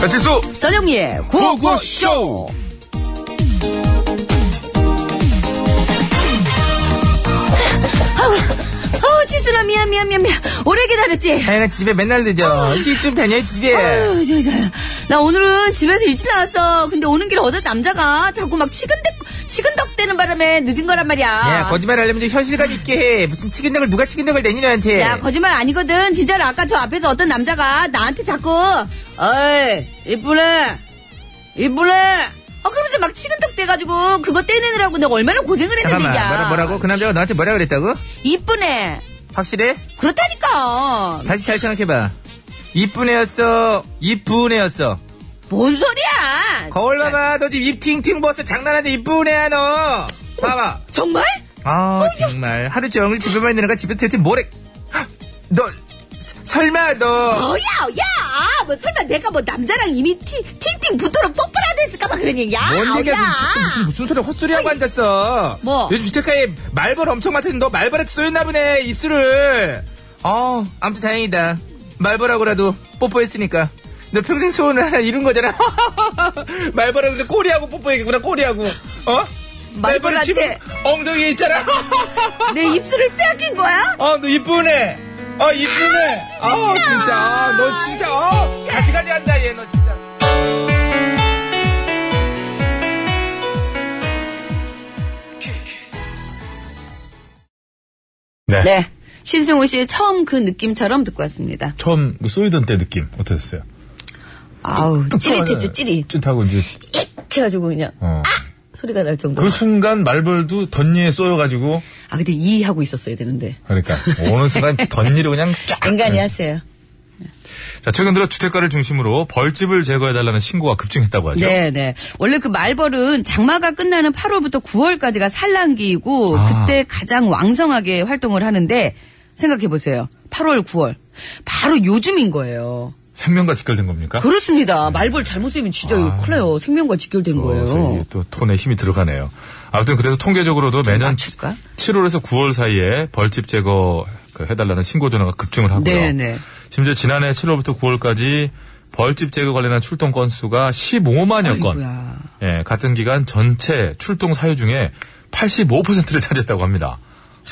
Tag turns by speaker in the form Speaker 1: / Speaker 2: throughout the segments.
Speaker 1: 배치수
Speaker 2: 전영미의 구호구쇼! 아우, 지수라, 미안, 미안, 미안, 미안. 오래 기다렸지?
Speaker 1: 내가 집에 맨날 늦어 일찍 좀 다녀 집에
Speaker 2: 아유, 저, 저, 나 오늘은 집에서 일찍 나왔어. 근데 오는 길에 어떤 남자가 자꾸 막 치근덕, 치근덕대는 바람에 늦은 거란 말이야.
Speaker 1: 야 예, 거짓말 하려면 좀 현실감 있게 해 무슨 치근덕을 누가 치근덕을 내니 너한테
Speaker 2: 야, 거짓말 아니거든. 진짜로 아까 저 앞에서 어떤 남자가 나한테 자꾸 어이 이쁘네 이쁘네 어 그러면서 막 치근덕 대가지고 그거 떼내느라고 내가 얼마나 고생을 했는데
Speaker 1: 잠깐만
Speaker 2: 야
Speaker 1: 뭐라, 뭐라고 그 남자가 너한테 뭐라 그랬다고
Speaker 2: 이쁘네
Speaker 1: 확실해
Speaker 2: 그렇다니까
Speaker 1: 다시 잘 생각해봐 이쁜 애였어 이쁜 애였어
Speaker 2: 뭔 소리야
Speaker 1: 거울 봐봐 너 지금 입 팅팅 벗어 장난하지 이쁜 애야 너 봐봐
Speaker 2: 정말?
Speaker 1: 아 정말 하루 종일 집에만 있는 애가 집에서 대체 뭐래 헉, 너 서- 설마 너
Speaker 2: 어야 야! 뭐 설마 내가 뭐 남자랑 이미 티, 팅팅 붙도록 뽀뽀라도 했을까 봐 그런 얘기야
Speaker 1: 뭔 얘기야
Speaker 2: 아우야.
Speaker 1: 지금 자꾸 무슨, 무슨 소리 헛소리하고 앉았어
Speaker 2: 뭐?
Speaker 1: 요즘 주택가에 말벌 엄청 많던데 너 말벌한테 쏘였나 보네 입술을 어 아무튼 다행이다 말벌하고라도 뽀뽀했으니까 너 평생 소원을 하나 이룬 거잖아 말벌하고 근데 꼬리하고 뽀뽀했구나 꼬리하고 어?
Speaker 2: 말벌한테.
Speaker 1: 지금 엉덩이에 있잖아
Speaker 2: 내 입술을 빼앗긴 거야?
Speaker 1: 어, 너 이쁘네. 어, 이쁘네. 아, 진짜. 아, 너 진짜. 어, 가지가지 한다, 얘, 너 진짜.
Speaker 2: 네 신승우 씨 처음 그 느낌처럼 듣고 왔습니다
Speaker 3: 처음 그 쏘이던 때 느낌 어떠셨어요?
Speaker 2: 아우 어,
Speaker 1: 네.
Speaker 2: 찌릿했죠 찌릿
Speaker 3: 찌릿하고 이제
Speaker 2: 이렇게 해가지고 그냥 아!
Speaker 3: 어.
Speaker 2: 소리가 날 정도로.
Speaker 3: 그 순간 말벌도 덧니에 쏘여가지고
Speaker 2: 아 근데 이 하고 있었어야 되는데.
Speaker 3: 그러니까 오는 순간 덧니로 그냥 쫙.
Speaker 2: 인간이
Speaker 3: 네.
Speaker 2: 하세요.
Speaker 3: 자 최근 들어 주택가를 중심으로 벌집을 제거해달라는 신고가 급증했다고 하죠.
Speaker 2: 네, 네. 원래 그 말벌은 장마가 끝나는 8월부터 9월까지가 산란기이고
Speaker 3: 아.
Speaker 2: 그때 가장 왕성하게 활동을 하는데 생각해 보세요. 8월, 9월. 바로 요즘인 거예요.
Speaker 3: 생명과 직결된 겁니까?
Speaker 2: 그렇습니다. 말벌 잘못 쓰면 진짜
Speaker 3: 아.
Speaker 2: 큰일 나요. 생명과 직결된
Speaker 3: 어,
Speaker 2: 거예요.
Speaker 3: 저기 또 톤에 힘이 들어가네요. 아무튼 그래서 통계적으로도 매년
Speaker 2: 맞출까?
Speaker 3: 7월에서 9월 사이에 벌집 제거 그 해달라는 신고 전화가 급증을 하고요.
Speaker 2: 네, 네.
Speaker 3: 심지어 지난해 7월부터 9월까지 벌집 제거 관련한 출동 건수가 15만여 건.
Speaker 2: 아이고야.
Speaker 3: 예, 같은 기간 전체 출동 사유 중에 85%를 차지했다고 합니다.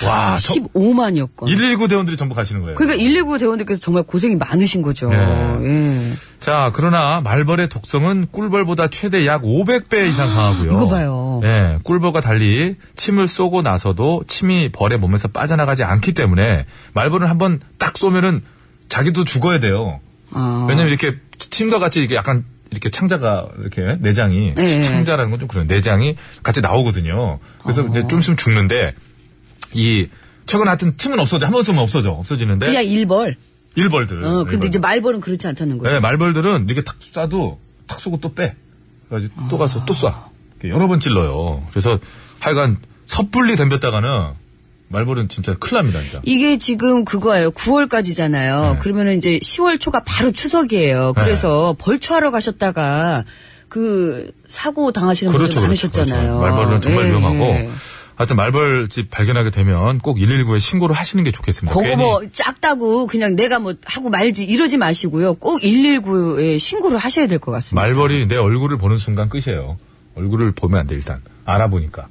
Speaker 3: 와, 아, 저-
Speaker 2: 15만여 건.
Speaker 3: 119 대원들이 전부 가시는 거예요.
Speaker 2: 어. 그러니까 119 대원들께서 정말 고생이 많으신 거죠.
Speaker 3: 네.
Speaker 2: 예.
Speaker 3: 자, 그러나 말벌의 독성은 꿀벌보다 최대 약 500배 이상 강하고요.
Speaker 2: 아, 이거 봐요.
Speaker 3: 예, 꿀벌과 달리 침을 쏘고 나서도 침이 벌의 몸에서 빠져나가지 않기 때문에 말벌은 한번 딱 쏘면은 자기도 죽어야 돼요.
Speaker 2: 아.
Speaker 3: 왜냐면 이렇게 침과 같이 이게 약간 이렇게 창자가 이렇게 내장이
Speaker 2: 예.
Speaker 3: 창자라는 건 좀 그런 내장이 같이 나오거든요.
Speaker 2: 어.
Speaker 3: 그래서 이제 좀 있으면 죽는데 이 최근에 하여튼 침은 없어져. 한 번 쏘면 없어져. 없어지는데
Speaker 2: 그냥 일벌.
Speaker 3: 일벌들.
Speaker 2: 어, 근데
Speaker 3: 일벌들.
Speaker 2: 이제 말벌은 그렇지 않다는 거예요.
Speaker 3: 네, 말벌들은 이렇게 탁 쏴도 탁 쏘고 또 빼. 그래가지고 또 가서 또 쏴. 이렇게 여러 번 찔러요. 그래서 하여간 섣불리 덤볐다가는 말벌은 진짜 큰일 납니다, 진짜.
Speaker 2: 이게 지금 그거예요. 9월까지잖아요.
Speaker 3: 네.
Speaker 2: 그러면은 이제 10월 초가 바로 추석이에요. 그래서 벌초하러 가셨다가 그 사고 당하시는 분들 많으셨잖아요.
Speaker 3: 그렇죠. 말벌은 정말
Speaker 2: 예, 예.
Speaker 3: 위험하고. 하여튼 말벌집 발견하게 되면 꼭 119에 신고를 하시는 게 좋겠습니다.
Speaker 2: 그거 뭐 짝다고 그냥 내가 뭐 하고 말지 이러지 마시고요. 꼭 119에 신고를 하셔야 될 것 같습니다.
Speaker 3: 말벌이 내 얼굴을 보는 순간 끝이에요. 얼굴을 보면 안 돼, 일단. 알아보니까.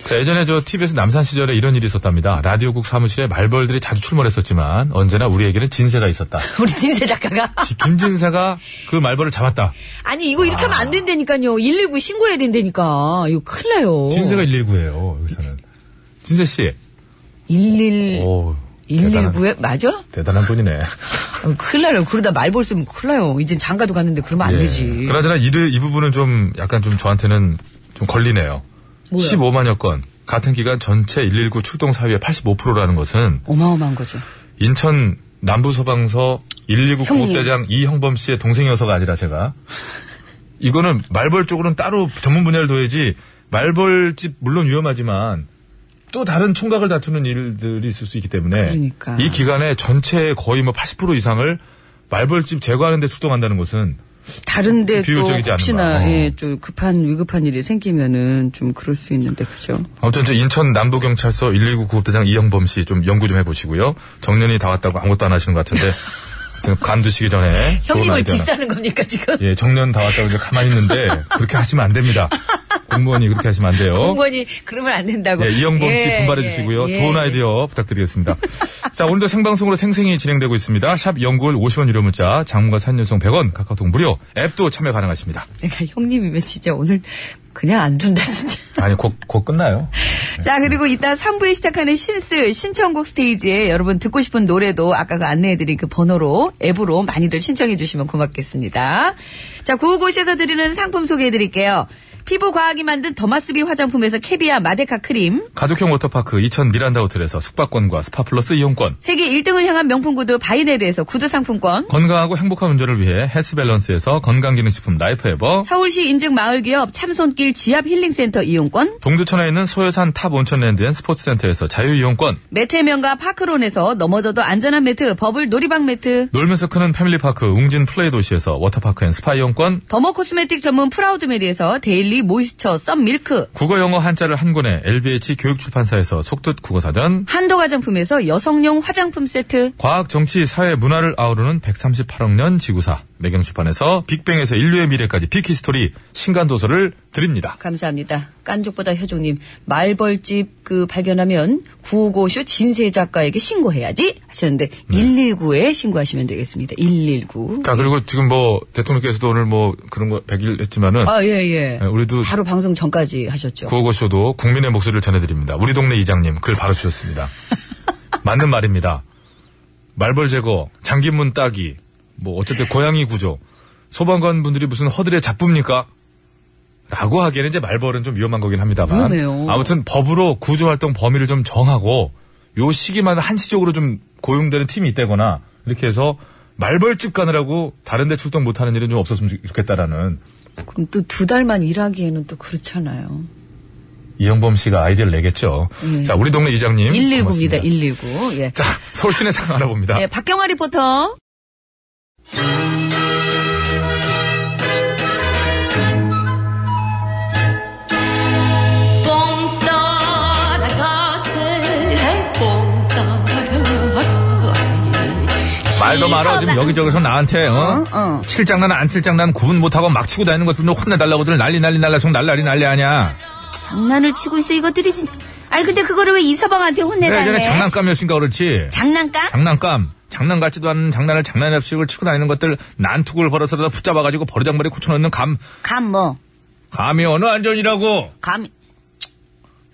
Speaker 3: 자, 예전에 저 TBS 남산 시절에 이런 일이 있었답니다. 라디오국 사무실에 말벌들이 자주 출몰했었지만 언제나 우리에게는 진세가 있었다.
Speaker 2: 우리 진세 작가가.
Speaker 3: 지- 김진세가 그 말벌을 잡았다.
Speaker 2: 아니, 이거 이렇게 하면 안 된다니까요. 119 신고해야 된다니까. 이거 큰일 나요.
Speaker 3: 진세가 119예요. 여기서는 진세 씨.
Speaker 2: 111.
Speaker 3: 오,
Speaker 2: 119에 맞아?
Speaker 3: 대단한 분이네.
Speaker 2: 어, 큰일 나요. 그러다 말벌 쓰면 큰일 나요. 이젠 장가도 갔는데 그러면 안
Speaker 3: 예.
Speaker 2: 되지.
Speaker 3: 그나저나 이, 이 부분은 좀 약간 좀 저한테는 좀 걸리네요.
Speaker 2: 뭐야?
Speaker 3: 15만여 건. 같은 기간 전체 119 출동 사유의 85%라는 것은
Speaker 2: 어마어마한 거죠.
Speaker 3: 인천 남부소방서 119
Speaker 2: 형님.
Speaker 3: 구급대장 이형범 씨의 동생이어서가 아니라 제가 이거는 말벌 쪽으로는 따로 전문 분야를 둬야지 말벌집 물론 위험하지만 또 다른 총각을 다투는 일들이 있을 수 있기 때문에
Speaker 2: 그러니까.
Speaker 3: 이 기간에 전체 거의 뭐 80% 이상을 말벌집 제거하는 데 출동한다는 것은
Speaker 2: 다른데 또
Speaker 3: 비효율적이지
Speaker 2: 혹시나
Speaker 3: 않은 거. 어.
Speaker 2: 예, 좀 급한 위급한 일이 생기면은 좀 그럴 수 있는데 그죠?
Speaker 3: 아무튼 저 인천 남부경찰서 119 구급대장 이영범 씨 좀 연구 좀 해보시고요. 정년이 다 왔다고 아무것도 안 하시는 것 같은데 아무튼 간두시기 전에 좋은
Speaker 2: 형님을
Speaker 3: 아이디어 하나.
Speaker 2: 디스하는 겁니까 지금?
Speaker 3: 예, 정년 다 왔다고 이제 가만히 있는데 그렇게 하시면 안 됩니다. 공무원이 그렇게 하시면 안 돼요.
Speaker 2: 공무원이 그러면 안 된다고.
Speaker 3: 예, 이영범 씨
Speaker 2: 예,
Speaker 3: 분발해
Speaker 2: 예,
Speaker 3: 주시고요.
Speaker 2: 예.
Speaker 3: 좋은 아이디어 부탁드리겠습니다. 자, 오늘도 생방송으로 생생히 진행되고 있습니다. 샵 연구월 50원 유료 문자, 장문과 산연송 100원, 카카오톡 무료, 앱도 참여 가능하십니다.
Speaker 2: 내가 그러니까 형님이면 진짜 오늘 그냥 안 둔다 진짜.
Speaker 3: 아니, 곧, 곧 끝나요.
Speaker 2: 자, 그리고 이따 3부에 시작하는 신스 신청곡 스테이지에 여러분 듣고 싶은 노래도 아까 그 안내해드린 그 번호로 앱으로 많이들 신청해주시면 고맙겠습니다. 자, 구호고시에서 드리는 상품 소개해드릴게요. 피부 과학이 만든 더마스비 화장품에서 캐비아 마데카 크림,
Speaker 3: 가족형 워터파크 2000 미란다 호텔에서 숙박권과 스파플러스 이용권,
Speaker 2: 세계 1등을 향한 명품 구두 바이네르에서 구두 상품권,
Speaker 3: 건강하고 행복한 운전을 위해 헬스밸런스에서 건강기능식품 라이프에버,
Speaker 2: 서울시 인증 마을기업 참손길 지압 힐링센터 이용권,
Speaker 3: 동두천에 있는 소요산 탑 온천랜드 앤 스포츠센터에서 자유이용권,
Speaker 2: 매트면과 파크론에서 넘어져도 안전한 매트, 버블 놀이방 매트,
Speaker 3: 놀면서 크는 패밀리파크 웅진 플레이 도시에서 워터파크 앤 스파 이용권
Speaker 2: 더머 코스메틱 전문 프라우드메리에서 데일리 모이스처 썸 밀크,
Speaker 3: 국어 영어 한자를 한 권에 LBH 교육출판사에서 속뜻 국어사전
Speaker 2: 한도 화장품에서 여성용 화장품 세트,
Speaker 3: 과학, 정치, 사회, 문화를 아우르는 138억 년 지구사 매경출판에서 빅뱅에서 인류의 미래까지 빅히스토리 신간도서를 드립니다.
Speaker 2: 감사합니다. 깐족보다 효종님, 말벌집 그 발견하면 955쇼 진세 작가에게 신고해야지 하셨는데 119에 신고하시면 되겠습니다. 119.
Speaker 3: 자 그리고 지금 뭐 대통령께서도 오늘 뭐 그런 거 100일 했지만은
Speaker 2: 아, 예, 예.
Speaker 3: 예, 우리도
Speaker 2: 바로 방송 전까지 하셨죠.
Speaker 3: 구호고쇼도 국민의 목소리를 전해드립니다. 우리 동네 이장님 글 바로 주셨습니다. 맞는 말입니다. 말벌 제거, 장기문 따기, 뭐 어쨌든 고양이 구조, 소방관 분들이 무슨 허들에 잡습니까? 라고 하기에는 이제 말벌은 좀 위험한 거긴 합니다만.
Speaker 2: 그러네요.
Speaker 3: 아무튼 법으로 구조활동 범위를 좀 정하고 요 시기만 한시적으로 좀 고용되는 팀이 있다거나 이렇게 해서 말벌집 가느라고 다른데 출동 못하는 일은 좀 없었으면 좋겠다라는
Speaker 2: 그럼 또 두 달만 일하기에는 또 그렇잖아요.
Speaker 3: 이영범 씨가 아이디어를 내겠죠.
Speaker 2: 예.
Speaker 3: 자, 우리 동네 이장님.
Speaker 2: 119입니다.
Speaker 3: 고맙습니다.
Speaker 2: 119. 예.
Speaker 3: 자, 서울 시내 상황 알아봅니다.
Speaker 2: 예, 박경화 리포터.
Speaker 3: 말도 말아. 지금 여기저기서 나한테, 어?
Speaker 2: 어, 어.
Speaker 3: 칠장난, 안 칠장난 구분 못하고 막 치고 다니는 것들 좀 혼내달라고들 난리 난리 날라, 속 날라리 난리 아냐.
Speaker 2: 장난을 치고 있어 이것들이 진짜. 아니 근데 그거를 왜 이서방한테
Speaker 3: 네, 그래,
Speaker 2: 혼내달래?
Speaker 3: 예전에 장난감이었으니까 그렇지.
Speaker 2: 장난감?
Speaker 3: 장난감. 장난 같지도 않은 장난을 장난없이고 치고 다니는 것들 난투구를 벌어서라도 붙잡아가지고 버르장머리 고쳐놓는 감,
Speaker 2: 감 뭐?
Speaker 3: 감이 어느 안전이라고!
Speaker 2: 감 감이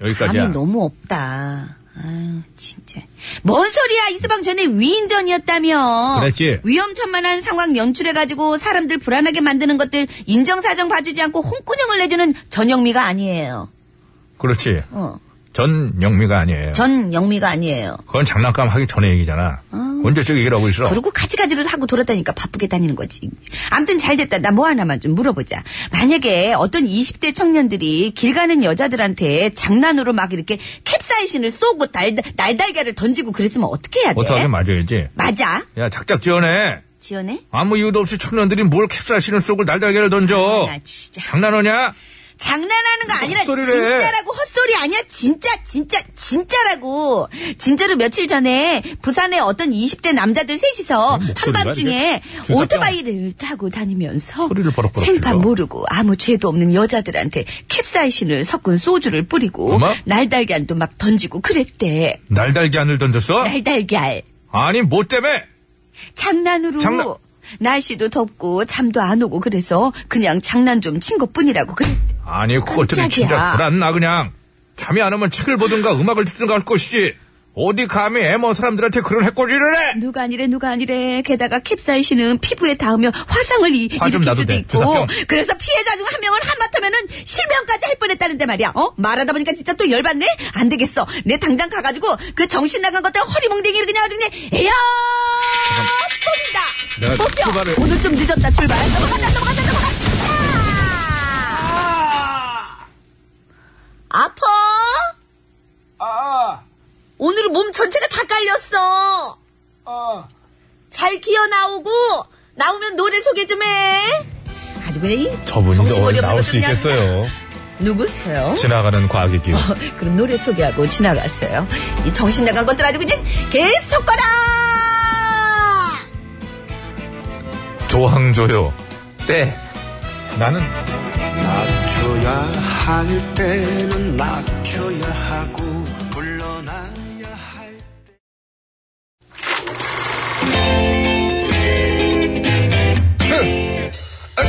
Speaker 3: 여기까지야.
Speaker 2: 너무 없다. 아유 진짜. 뭔 소리야 이서방 전에 위인전이었다며.
Speaker 3: 그랬지.
Speaker 2: 위험천만한 상황 연출해가지고 사람들 불안하게 만드는 것들 인정사정 봐주지 않고 홍군형을 내주는 전영미가 아니에요.
Speaker 3: 그렇지.
Speaker 2: 어.
Speaker 3: 전 영미가 아니에요.
Speaker 2: 전영미가 아니에요.
Speaker 3: 그건 장난감 하기 전에 얘기잖아. 언제 쭉 얘기를 하고 있어.
Speaker 2: 그리고 가지가지로 하고 돌아다니까 바쁘게 다니는 거지. 암튼 잘 됐다. 나 뭐 하나만 좀 물어보자. 만약에 어떤 20대 청년들이 길 가는 여자들한테 장난으로 막 이렇게 캡사이신을 쏘고 날, 날달걀을 던지고 그랬으면 어떻게 해야 돼?
Speaker 3: 어떻게 맞아야지.
Speaker 2: 맞아.
Speaker 3: 야, 작작 지어내.
Speaker 2: 지연해?
Speaker 3: 아무 이유도 없이 청년들이 뭘 캡사이신을 쏘고 날달걀을 던져.
Speaker 2: 아, 진짜.
Speaker 3: 장난하냐?
Speaker 2: 장난하는 거 아니라
Speaker 1: 헛소리를 해.
Speaker 2: 진짜라고 헛소리 아니야 진짜 진짜 진짜라고 진짜로 며칠 전에 부산에 어떤 20대 남자들 셋이서
Speaker 3: 어, 목소리가
Speaker 2: 한밤중에
Speaker 3: 이게 주사병.
Speaker 2: 오토바이를 타고 다니면서
Speaker 3: 소리를 버럭버럭
Speaker 2: 생판
Speaker 3: 질러.
Speaker 2: 모르고 아무 죄도 없는 여자들한테 캡사이신을 섞은 소주를 뿌리고
Speaker 3: 어머?
Speaker 2: 날달걀도 막 던지고 그랬대
Speaker 3: 날달기 안을 던졌어?
Speaker 2: 날달걀
Speaker 3: 아니 뭐 때문에?
Speaker 2: 장난으로
Speaker 3: 장난-
Speaker 2: 날씨도 덥고 잠도 안 오고 그래서 그냥 장난 좀 친 것뿐이라고 그랬대
Speaker 3: 아니 그것들이
Speaker 2: 깜짝이야.
Speaker 3: 진짜 불안나 그냥 잠이 안 오면 책을 보든가 음악을 듣든가 할 것이지 어디 감히 애먼 사람들한테 그런 해꼬지를 해?
Speaker 2: 누가 아니래 누가 아니래 게다가 캡사이신은 피부에 닿으면 화상을 이,
Speaker 3: 화좀 아,
Speaker 2: 일으킬
Speaker 3: 나도
Speaker 2: 수도
Speaker 3: 돼.
Speaker 2: 있고
Speaker 3: 주사병.
Speaker 2: 그래서 피해자 중 한 명을 한마터면은 실명까지 할 뻔했다는데 말이야 어 말하다 보니까 진짜 또 열받네 안 되겠어 내 당장 가가지고 그 정신 나간 것들 허리멍댕이를 그냥 아주 그냥 에야
Speaker 3: 내가
Speaker 2: 뽑힌다 뽑혀
Speaker 3: 출발을-
Speaker 2: 오늘 좀 늦었다 출발 넘어간다 넘어간다 넘어간다 아파
Speaker 1: 아,
Speaker 2: 오늘은 몸 전체가 다 깔렸어.
Speaker 1: 아.
Speaker 2: 잘 기어 나오고 나오면 노래 소개 좀 해. 아주 그냥 이
Speaker 3: 저분이
Speaker 2: 정신머리
Speaker 3: 오늘
Speaker 2: 없는
Speaker 3: 나올
Speaker 2: 것도
Speaker 3: 수
Speaker 2: 그냥
Speaker 3: 있겠어요
Speaker 2: 누구세요?
Speaker 3: 지나가는 과학의 기운
Speaker 2: 그럼 노래 소개하고 지나갔어요. 이 정신 나간 것들 아주 그냥 계속 가라.
Speaker 3: 조항조요
Speaker 1: 네.
Speaker 3: 나는
Speaker 4: 낮춰야 할 때는 낮춰야 하고 물러나야 할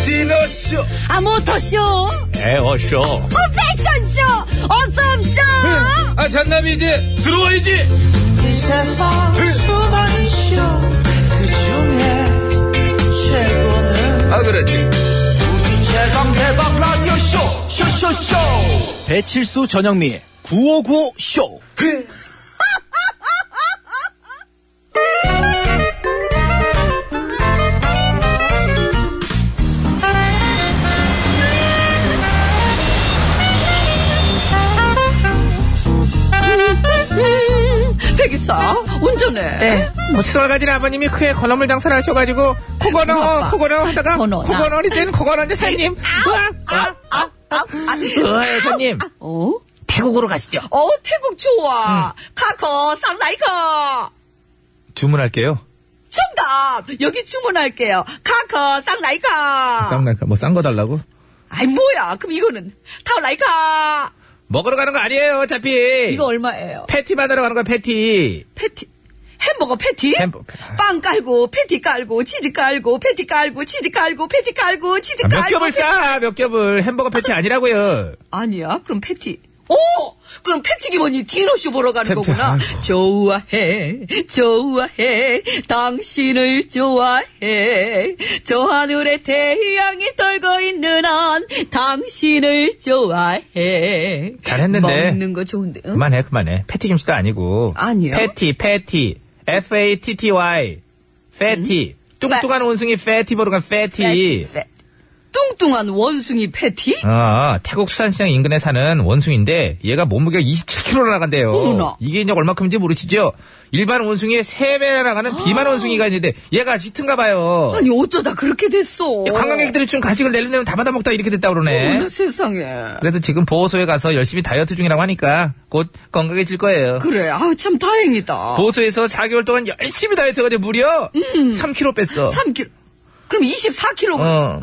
Speaker 1: 디너쇼!
Speaker 2: 아 모터쇼,
Speaker 3: 에어쇼
Speaker 2: 어, 패션쇼, 어썸쇼.
Speaker 1: 아, 잔남이 이제 들어와야지!
Speaker 4: 이 세상 수많은 쇼그 중에 최고는
Speaker 1: 아, 그렇지.
Speaker 4: 우주 최강 대박 라디오 쇼 쇼쇼쇼 배칠수 전영미 9595 쇼.
Speaker 2: 백이사 음, 운전해.
Speaker 1: 네. 시골 가진 아버님이 크게 건어물 장사를 하셔가지고, 코건어,
Speaker 2: 뭐 아빠.
Speaker 1: 코건어 하다가,
Speaker 2: 건어, 나.
Speaker 1: 코건어리 된 코건어인데, 사장님.
Speaker 2: 아, 아, 아, 아.
Speaker 1: 우와, 어, 사장님.
Speaker 2: 어?
Speaker 1: 태국으로 가시죠. 음.
Speaker 2: 어 태국 좋아. 카커 쌍라이커.
Speaker 1: 주문할게요.
Speaker 2: 정답! 여기 주문할게요. 카커, 쌍라이카.
Speaker 1: 쌍날까? 뭐, 싼 거 달라고?
Speaker 2: 아이, 뭐야. 그럼 이거는 타오라이카.
Speaker 1: 먹으러 가는 거 아니에요, 어차피.
Speaker 2: 이거 얼마예요?
Speaker 1: 패티 받으러 가는 거야, 패티.
Speaker 2: 패티. 햄버거 패티?
Speaker 1: 햄버- 패-
Speaker 2: 빵 깔고, 패티 깔고, 치즈 깔고, 패티 깔고, 치즈 깔고, 패티 깔고, 치즈
Speaker 1: 아,
Speaker 2: 깔고.
Speaker 1: 몇 겹을
Speaker 2: 패티-
Speaker 1: 싸, 몇 겹을. 햄버거 패티 아니라고요.
Speaker 2: 아니야. 그럼 패티. 오! 그럼 패티 기본이 디너쇼 보러 가는
Speaker 1: 패티,
Speaker 2: 거구나.
Speaker 1: 아이고.
Speaker 2: 좋아해, 좋아해, 당신을 좋아해. 저 하늘에 태양이 떨고 있는 한 당신을 좋아해.
Speaker 1: 잘했는데.
Speaker 2: 먹는 거 좋은데. 응?
Speaker 1: 그만해, 그만해. 패티 김치도 아니고.
Speaker 2: 아니요.
Speaker 1: 패티, 패티. F-A-T-T-Y.
Speaker 2: 음? 네.
Speaker 1: 패티. 뚱뚱한 원숭이 패티 보러 간 패티.
Speaker 2: 패- 뚱뚱한 원숭이 패티?
Speaker 1: 어, 태국 수산시장 인근에 사는 원숭인데 얘가 몸무게가 27kg나 나간대요.
Speaker 2: 어머나.
Speaker 1: 이게 이제 얼마큼인지 모르시죠? 일반 원숭이의 3배나 나가는 비만
Speaker 2: 아.
Speaker 1: 원숭이가 있는데 얘가 짙은가 봐요.
Speaker 2: 아니 어쩌다 그렇게 됐어.
Speaker 1: 이 관광객들이 준 가식을 내려내면 다 받아먹다 이렇게 됐다 그러네.
Speaker 2: 어머나 세상에.
Speaker 1: 그래서 지금 보호소에 가서 열심히 다이어트 중이라고 하니까 곧 건강해질 거예요.
Speaker 2: 그래, 아우 참 다행이다.
Speaker 1: 보호소에서 4개월 동안 열심히 다이어트 해가지고 무려
Speaker 2: 음.
Speaker 1: 3kg 뺐어.
Speaker 2: 3kg. 그럼 24kg.
Speaker 1: 어,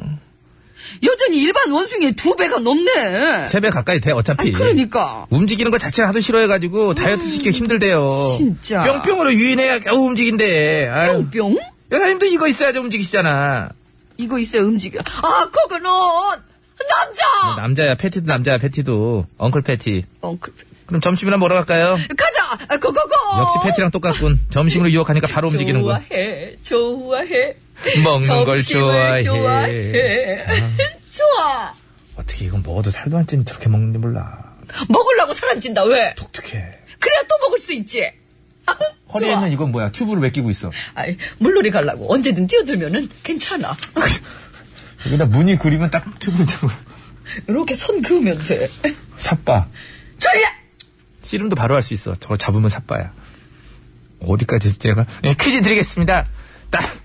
Speaker 2: 여전히 일반 원숭이의 두 배가 넘네.
Speaker 1: 3배 가까이 돼, 어차피.
Speaker 2: 아니, 그러니까.
Speaker 1: 움직이는 것 자체를
Speaker 2: 음.
Speaker 1: 하도 싫어해가지고 다이어트 시키기 힘들대요.
Speaker 2: 진짜.
Speaker 1: 뿅뿅으로 유인해야 겨우 움직인대. 아유.
Speaker 2: 뿅뿅?
Speaker 1: 여사님도 이거 있어야지 움직이시잖아.
Speaker 2: 이거 있어야 움직여. 아, 코코넛! 남자!
Speaker 1: 남자야, 패티도 남자야, 패티도. 엉클 패티.
Speaker 2: 엉클.
Speaker 1: 그럼 점심이나 뭐러 갈까요?
Speaker 2: 가자! 아, 고고고!
Speaker 1: 역시 패티랑 똑같군. 점심으로 유혹하니까 바로 움직이는 군
Speaker 2: 좋아해, 좋아해.
Speaker 1: 먹는 걸
Speaker 2: 점심을
Speaker 1: 좋아해.
Speaker 2: 좋아해. 좋아.
Speaker 1: 어떻게 이건 먹어도 살도 안 찌는 저렇게 먹는지 몰라.
Speaker 2: 먹으려고 사람 찐다, 왜?
Speaker 1: 독특해.
Speaker 2: 그래야 또 먹을 수 있지. 아,
Speaker 1: 허리에
Speaker 2: 좋아.
Speaker 1: 있는 이건 뭐야? 튜브를 왜 끼고 있어?
Speaker 2: 아이, 물놀이 가려고 언제든 뛰어들면은 괜찮아.
Speaker 1: 여기다 무늬 그리면 딱 튜브를 잡고.
Speaker 2: 이렇게 손 그으면 돼.
Speaker 1: 삿바.
Speaker 2: 졸라!
Speaker 1: 씨름도 바로 할 수 있어. 저걸 잡으면 예, 삿바야. 어디까지 했지, 제가? 네, 퀴즈 드리겠습니다. 딱.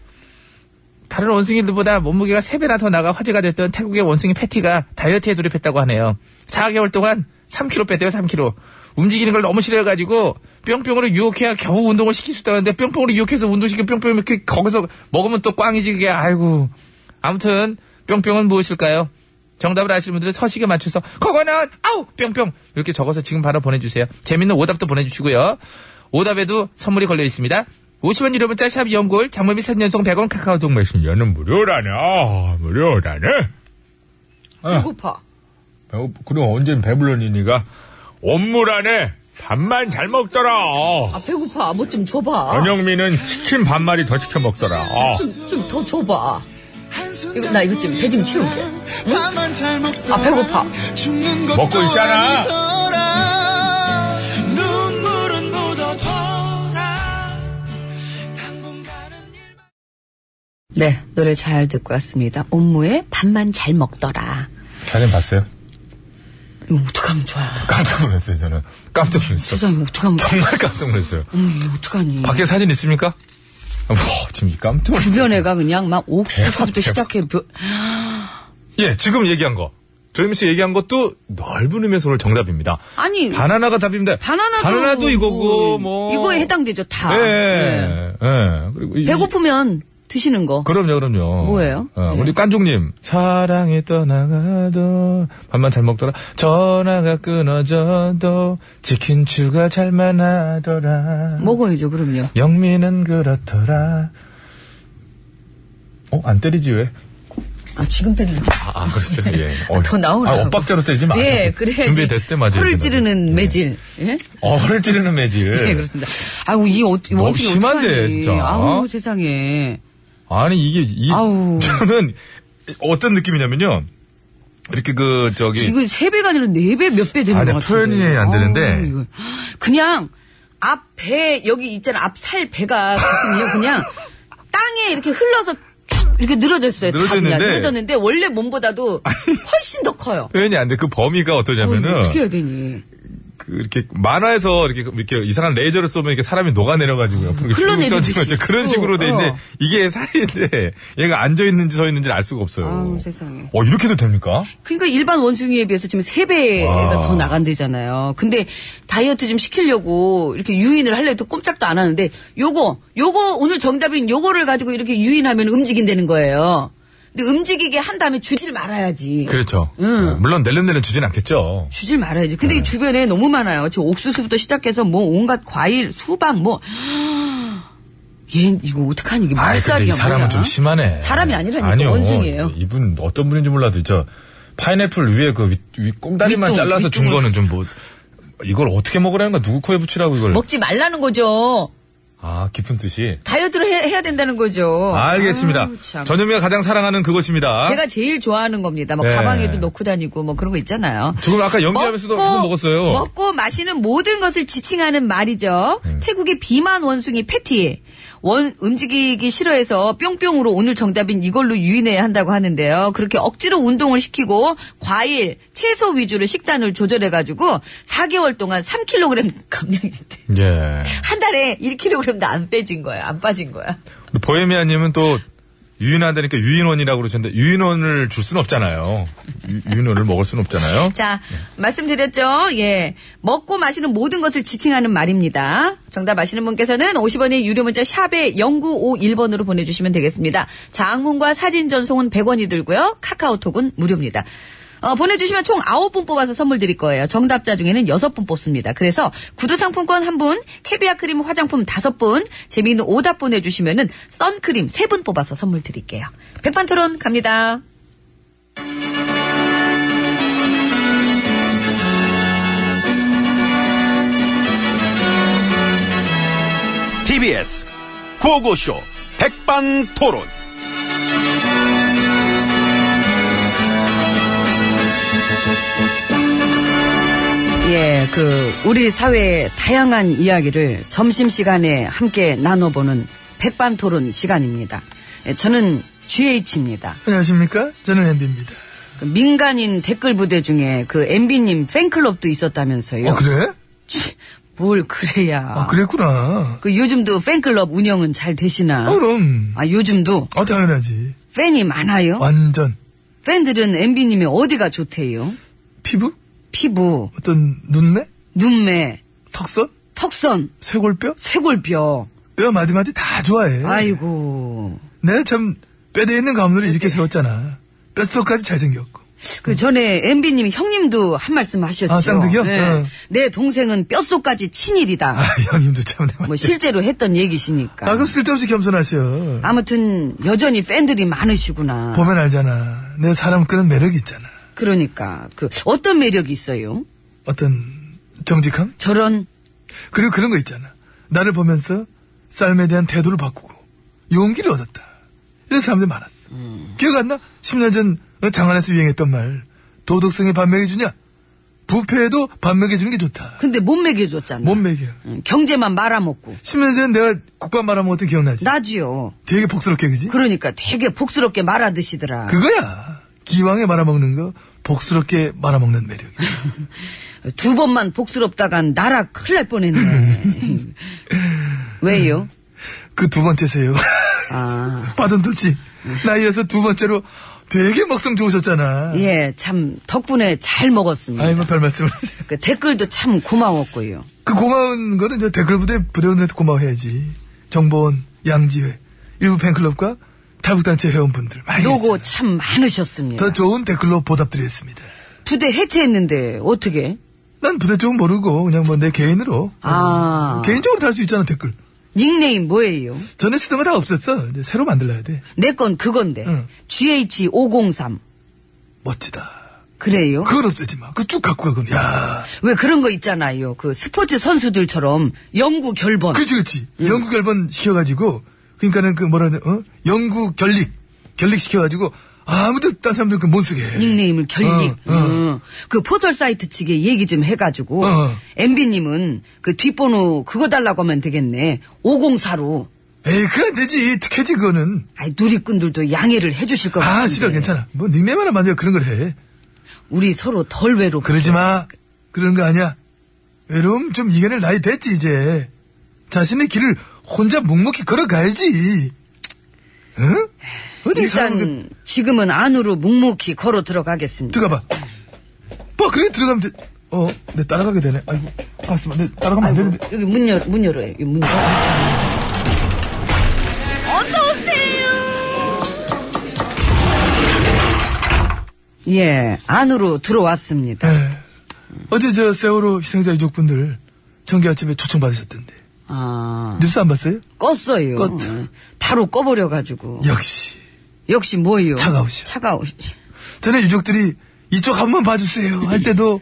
Speaker 1: 다른 원숭이들보다 몸무게가 3배나 더 나가 화제가 됐던 태국의 원숭이 패티가 다이어트에 돌입했다고 하네요. 4개월 동안 3kg 뺐대요, 3kg. 움직이는 걸 너무 싫어해가지고 뿅뿅으로 유혹해야 겨우 운동을 시킬 수 있다는데 뿅뿅으로 유혹해서 운동시켜 뿅뿅 이렇게 거기서 먹으면 또 꽝이지 그게 아이고 아무튼 뿅뿅은 무엇일까요? 정답을 아시는 분들은 서식에 맞춰서 그거는 아우 뿅뿅 이렇게 적어서 지금 바로 보내주세요. 재밌는 오답도 보내주시고요. 오답에도 선물이 걸려 있습니다. 50원 유료 문자 샵 연골 장모비 사진 연속 100원 카카오톡 메신저는 무료라네 아, 무료라네
Speaker 2: 배고파.
Speaker 1: 어,
Speaker 3: 배고, 그럼 언젠 배불러니니가 업무라네 밥만 잘 먹더라
Speaker 2: 아, 배고파. 뭐 좀 줘봐.
Speaker 3: 전영미는 치킨 반마리 더 시켜 먹더라 아.
Speaker 2: 좀, 좀 더 줘봐. 이거, 나 이거 지금 배좀 채울게. 응? 아, 배고파.
Speaker 3: 먹고 있잖아.
Speaker 2: 네, 노래 잘 듣고 왔습니다. 옴무의 밥만 잘 먹더라.
Speaker 3: 사진 봤어요?
Speaker 2: 이거 어떡하면 좋아.
Speaker 3: 깜짝 놀랐어요 저는 깜짝 놀랐어요
Speaker 2: 세상에 어떡하면 좋아.
Speaker 3: 정말 깜짝 놀랐어요
Speaker 2: 어머, 이거 어떡하니.
Speaker 3: 밖에 사진 있습니까? 와 지금 깜짝 놀랐어요
Speaker 2: 주변 애가 그냥 막
Speaker 3: 네.
Speaker 2: 옥수수부터
Speaker 3: 대박.
Speaker 2: 시작해. 벼-
Speaker 3: 예, 지금 얘기한 거. 조임 씨 얘기한 것도 넓은 의미에서 오늘 정답입니다.
Speaker 2: 아니,
Speaker 3: 바나나가 답입니다.
Speaker 2: 바나나도, 음,
Speaker 3: 이거고, 뭐.
Speaker 2: 이거에 해당되죠, 다.
Speaker 3: 예,
Speaker 2: 네.
Speaker 3: 예. 예. 그리고 이-
Speaker 2: 배고프면 드시는 거.
Speaker 3: 그럼요, 그럼요.
Speaker 2: 뭐예요?
Speaker 3: 어,
Speaker 2: 네.
Speaker 3: 우리 깐종님. 사랑이 떠나가도, 밥만 잘 먹더라. 전화가 끊어져도, 치킨 추가 잘만 하더라.
Speaker 2: 먹어야죠, 그럼요.
Speaker 3: 영미는 그렇더라. 어, 안 때리지, 왜?
Speaker 2: 아, 지금 때리려고.
Speaker 3: 아, 그랬어요. 예.
Speaker 2: 아, 더 나오라고.
Speaker 3: 아, 엇박자로 때리지 마.
Speaker 2: 예, 그래야지.
Speaker 3: 준비됐을 때 맞아요.
Speaker 2: 를 찌르는
Speaker 3: 예.
Speaker 2: 매질. 예?
Speaker 3: 어, 허를 찌르는 매질.
Speaker 2: 네, 그렇습니다. 아우, 이 어,
Speaker 3: 너무
Speaker 2: 원피이
Speaker 3: 심한데, 진짜.
Speaker 2: 아우, 세상에.
Speaker 3: 아니, 이게, 이,
Speaker 2: 아우.
Speaker 3: 저는 어떤 느낌이냐면요. 이렇게 그, 저기,
Speaker 2: 지금 세배가 아니라 네배 몇 배 되는
Speaker 3: 아,
Speaker 2: 것
Speaker 3: 네,
Speaker 2: 같아요.
Speaker 3: 표현이 안 되는데.
Speaker 2: 그냥 앞 배, 여기 있잖아. 앞 살 배가 가슴이요. 그냥 땅에 이렇게 흘러서 쭉 이렇게 늘어졌어요. 다 그냥
Speaker 3: 늘어졌는데.
Speaker 2: 늘어졌는데 원래 몸보다도 훨씬 더 커요.
Speaker 3: 표현이 안 돼. 그 범위가
Speaker 2: 어,
Speaker 3: 어떠냐면은,
Speaker 2: 어떻게 해야 되니?
Speaker 3: 그, 이렇게, 만화에서 이렇게, 이렇게 이상한 레이저를 쏘면 이렇게 사람이 녹아내려가지고 옆으로 이렇게
Speaker 2: 흘러내리듯이.
Speaker 3: 쭉 던지는 거죠. 그런 식으로 돼
Speaker 2: 어,
Speaker 3: 있는데,
Speaker 2: 어.
Speaker 3: 이게 살인데, 얘가 앉아있는지 서있는지를 알 수가 없어요.
Speaker 2: 아우, 세상에.
Speaker 3: 어, 이렇게도 됩니까?
Speaker 2: 그러니까 일반 원숭이에 비해서 지금 세배가
Speaker 3: 와.
Speaker 2: 더 나간대잖아요. 근데 다이어트 좀 시키려고 이렇게 유인을 하려고 해도 꼼짝도 안 하는데 요거, 요거 오늘 정답인 요거를 가지고 이렇게 유인하면 움직인다는 거예요. 근데 움직이게 한 다음에 주질 말아야지.
Speaker 3: 그렇죠.
Speaker 2: 음.
Speaker 3: 네, 물론 낼름낼름 주진 않겠죠.
Speaker 2: 주질 말아야지. 근데
Speaker 3: 네.
Speaker 2: 이 주변에 너무 많아요. 지금 옥수수부터 시작해서 뭐 온갖 과일, 수박 뭐. 얘 이거 어떡하니
Speaker 3: 아니, 근데 이
Speaker 2: 이게 말살이야
Speaker 3: 사람은
Speaker 2: 뭐야.
Speaker 3: 좀 심하네.
Speaker 2: 사람이 아니라니까,
Speaker 3: 아니요.
Speaker 2: 원숭이에요.
Speaker 3: 이분 어떤 분인지 몰라도 저 파인애플 위에 그 위, 위 꽁다리만
Speaker 2: 윗둥,
Speaker 3: 잘라서 준
Speaker 2: 윗둥을
Speaker 3: 거는 좀 뭐. 이걸 어떻게 먹으라는 거야? 누구 코에 붙이라고 이걸?
Speaker 2: 먹지 말라는 거죠.
Speaker 3: 아 깊은 뜻이.
Speaker 2: 다이어트를 해, 해야 된다는 거죠.
Speaker 3: 알겠습니다.
Speaker 2: 어. 아유, 참.
Speaker 3: 전현미가 가장 사랑하는 그것입니다.
Speaker 2: 제가 제일 좋아하는 겁니다. 뭐
Speaker 3: 아? 네.
Speaker 2: 가방에도 넣고 다니고 뭐 그런 거 있잖아요.
Speaker 3: 조금 아까 연기하면서도 계속 먹었어요.
Speaker 2: 먹고 마시는 모든 것을 지칭하는 말이죠.
Speaker 3: 음.
Speaker 2: 태국의 비만 원숭이 패티. 원, 움직이기 싫어해서 뿅뿅으로 오늘 정답인 이걸로 유인해야 한다고 하는데요. 그렇게 억지로 운동을 시키고 과일, 채소 위주로 식단을 조절해가지고 4개월 동안 3kg 감량했대.
Speaker 3: 예.
Speaker 2: 한 달에 1kg도 안 빼진 거예요. 안 빠진 거야.
Speaker 3: 우리 보헤미아님은 또 유인한다니까 유인원이라고 그러셨는데 유인원을 줄 수는 없잖아요. 유, 유인원을 먹을 수는 없잖아요.
Speaker 2: 자, 말씀드렸죠? 예. 먹고 마시는 모든 것을 지칭하는 말입니다. 정답 아시는 분께서는 50원의 유료 문자 샵에 0951번으로 보내주시면 되겠습니다. 장문과 사진 전송은 100원이 들고요. 카카오톡은 무료입니다. 어, 보내주시면 총 9분 뽑아서 선물 드릴 거예요. 정답자 중에는 6분 뽑습니다. 그래서 구두 상품권 1분, 캐비아 크림 화장품 5분, 재미있는 오답 보내주시면은 선크림 3분 뽑아서 선물 드릴게요. 백반 토론 갑니다.
Speaker 5: TBS 고고쇼 백반토론
Speaker 2: 예, 그 우리 사회의 다양한 이야기를 점심 시간에 함께 나눠보는 백반토론 시간입니다. 예, 저는 GH입니다.
Speaker 1: 안녕하십니까 저는 앤디입니다
Speaker 2: 그 민간인 댓글 부대 중에 그 MB님 팬클럽도 있었다면서요?
Speaker 1: 그래?
Speaker 2: 치, 뭘 그래야.
Speaker 6: 아, 그랬구나.
Speaker 2: 그 요즘도 팬클럽 운영은 잘 되시나?
Speaker 6: 아, 그럼.
Speaker 2: 아, 요즘도
Speaker 6: 아, 당연하지.
Speaker 2: 팬이 많아요?
Speaker 6: 완전.
Speaker 2: 팬들은 MB님이 어디가 좋대요?
Speaker 6: 피부?
Speaker 2: 피부,
Speaker 6: 어떤 눈매?
Speaker 2: 눈매,
Speaker 6: 턱선?
Speaker 2: 턱선,
Speaker 6: 쇄골뼈?
Speaker 2: 쇄골뼈.
Speaker 6: 뼈 마디마디 다 좋아해.
Speaker 2: 아이고.
Speaker 6: 내가 참, 뼈대 있는 가문을 이렇게 세웠잖아. 뼛속까지 잘생겼고.
Speaker 2: 그 전에 MB님 형님도 한 말씀 하셨죠.
Speaker 6: 아, 쌍둥이요?
Speaker 2: 네.
Speaker 6: 어.
Speaker 2: 내 동생은 뼛속까지 친일이다.
Speaker 6: 아, 형님도 참. 내
Speaker 2: 뭐
Speaker 6: 말이야.
Speaker 2: 실제로 했던 얘기시니까.
Speaker 6: 아, 그럼 쓸데없이 겸손하셔.
Speaker 2: 아무튼 여전히 팬들이 많으시구나.
Speaker 6: 보면 알잖아. 내 사람 끄는 매력이 있잖아.
Speaker 2: 그러니까 그 어떤 매력이 있어요?
Speaker 6: 어떤 정직함?
Speaker 2: 저런
Speaker 6: 그리고 그런 거 있잖아. 나를 보면서 삶에 대한 태도를 바꾸고 용기를 얻었다. 이런 사람들이 많았어. 기억 안 나? 10년 전 장안에서 유행했던 말. 도덕성에 반맥해주냐? 부패에도 반맥해주는 게 좋다.
Speaker 2: 근데 못 먹여줬잖아.
Speaker 6: 못 먹여.
Speaker 2: 응, 경제만 말아먹고
Speaker 6: 10년 전 내가 국밥 말아먹었던 기억나지?
Speaker 2: 나지요.
Speaker 6: 되게 복스럽게, 그지?
Speaker 2: 그러니까 되게 복스럽게 말아드시더라.
Speaker 6: 그거야. 기왕에 말아먹는 거 복스럽게 말아먹는 매력이야.
Speaker 2: 두 번만 복스럽다간 나라 큰일 날 뻔했네. 왜요?
Speaker 6: 그 두 번째세요.
Speaker 2: 아,
Speaker 6: 받은 도치. 나이에서 두 번째로 되게 먹성 좋으셨잖아.
Speaker 2: 예, 참 덕분에 잘 먹었습니다.
Speaker 6: 아이, 뭐별 말씀을.
Speaker 2: 그 댓글도 참 고마웠고요.
Speaker 6: 그 고마운 거는 이제 댓글 부대 부대원들한테 고마워해야지. 정보원, 양지회, 일부 팬클럽과 탈북단체 회원분들 많이
Speaker 2: 노고
Speaker 6: 계시잖아요.
Speaker 2: 참 많으셨습니다.
Speaker 6: 더 좋은 댓글로 보답드리겠습니다.
Speaker 2: 부대 해체했는데 어떻게?
Speaker 6: 난 부대 쪽은 모르고 그냥 뭐 내 개인으로
Speaker 2: 아.
Speaker 6: 어, 개인적으로 달 수 있잖아 댓글.
Speaker 2: 닉네임 뭐예요?
Speaker 6: 전에 쓰던 거 다 없앴어. 이제 새로 만들어야 돼.
Speaker 2: 내 건 그건데.
Speaker 6: 응.
Speaker 2: GH503.
Speaker 6: 멋지다.
Speaker 2: 그래요?
Speaker 6: 그건 없애지 마. 그 쭉 갖고 가 그건. 야,
Speaker 2: 왜 그런 거 있잖아요. 그 스포츠 선수들처럼 영구 결번.
Speaker 6: 그렇지 그렇지.
Speaker 2: 음.
Speaker 6: 영국 결번 시켜가지고 그러니까는 그 뭐라 그러지? 어? 영국 결릭 결릭 시켜가지고 아무도 딴 사람들 그 못 쓰게. 해.
Speaker 2: 닉네임을 결릭.
Speaker 6: 어, 어.
Speaker 2: 응. 그 포털 사이트 측에 얘기 좀 해가지고
Speaker 6: 어.
Speaker 2: MB님은 그 뒷번호 그거 달라고 하면 되겠네. 504로.
Speaker 6: 에이 그건 되지. 특혜지 그거는.
Speaker 2: 아이 누리꾼들도 양해를 해주실 것 같은데.
Speaker 6: 아, 싫어, 괜찮아. 뭐, 닉네임 하나 만들어 그런 걸 해.
Speaker 2: 우리 서로 덜 외롭게.
Speaker 6: 그러지 마. 그런 거 아니야. 외로움 좀 이겨낼 나이 됐지, 이제. 자신의 길을 혼자 묵묵히 걸어가야지. 응? 어디
Speaker 2: 일단
Speaker 6: 사람들,
Speaker 2: 지금은 안으로 묵묵히 걸어 들어가겠습니다.
Speaker 6: 들어가봐. 뭐, 그래, 들어가면 돼. 어, 내 따라가게 되네. 아이고, 가만있어 내 따라가면 안 되는데.
Speaker 2: 여기 문 열, 문 열어요. 여기 문 열어. 예, 안으로 들어왔습니다.
Speaker 6: 예. 어제 저 세월호 희생자 유족분들 정기 아침에 초청받으셨던데.
Speaker 2: 아,
Speaker 6: 뉴스 안 봤어요?
Speaker 2: 껐어요.
Speaker 6: 네. 껐.
Speaker 2: 예, 바로 꺼버려가지고.
Speaker 6: 역시.
Speaker 2: 역시 뭐요?
Speaker 6: 차가우셔.
Speaker 2: 차가우시.
Speaker 6: 전에 유족들이 이쪽 한번 봐주세요 할 때도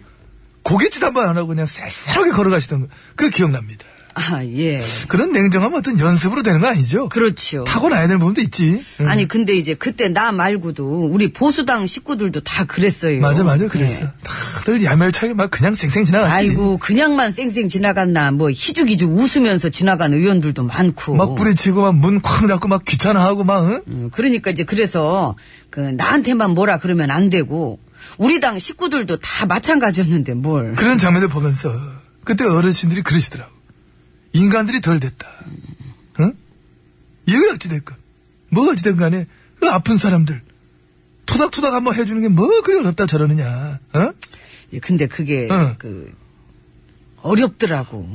Speaker 6: 고갯짓 한 번 안 하고 그냥 쌀쌀하게 걸어가시던 거. 그 기억납니다.
Speaker 2: 아, 예.
Speaker 6: 그런 냉정함은 어떤 연습으로 되는 거 아니죠?
Speaker 2: 그렇죠.
Speaker 6: 네. 타고나야 네. 되는 부분도 있지. 응.
Speaker 2: 아니, 근데 이제 그때 나 말고도 우리 보수당 식구들도 다 그랬어요.
Speaker 6: 맞아, 맞아. 그랬어.
Speaker 2: 예.
Speaker 6: 다들 야멸차게 막 그냥 쌩쌩 지나갔지.
Speaker 2: 아이고 그냥만 쌩쌩 지나갔나 뭐 희죽희죽 웃으면서 지나간 의원들도 많고
Speaker 6: 막 뿌리치고 막 문 쾅 닫고 막 귀찮아하고 막, 응?
Speaker 2: 음, 그러니까 이제 그래서 그 나한테만 뭐라 그러면 안 되고 우리 당 식구들도 다 마찬가지였는데 뭘
Speaker 6: 그런 장면을 보면서 그때 어르신들이 그러시더라고. 인간들이 덜 됐다. 응? 이거 어찌됐건, 뭐가 어찌된 간에 그 아픈 사람들 토닥토닥 한번 해주는 게 뭐 그리 어렵다 저러느냐. 어?
Speaker 2: 이제 근데 그게
Speaker 6: 응.
Speaker 2: 그 어렵더라고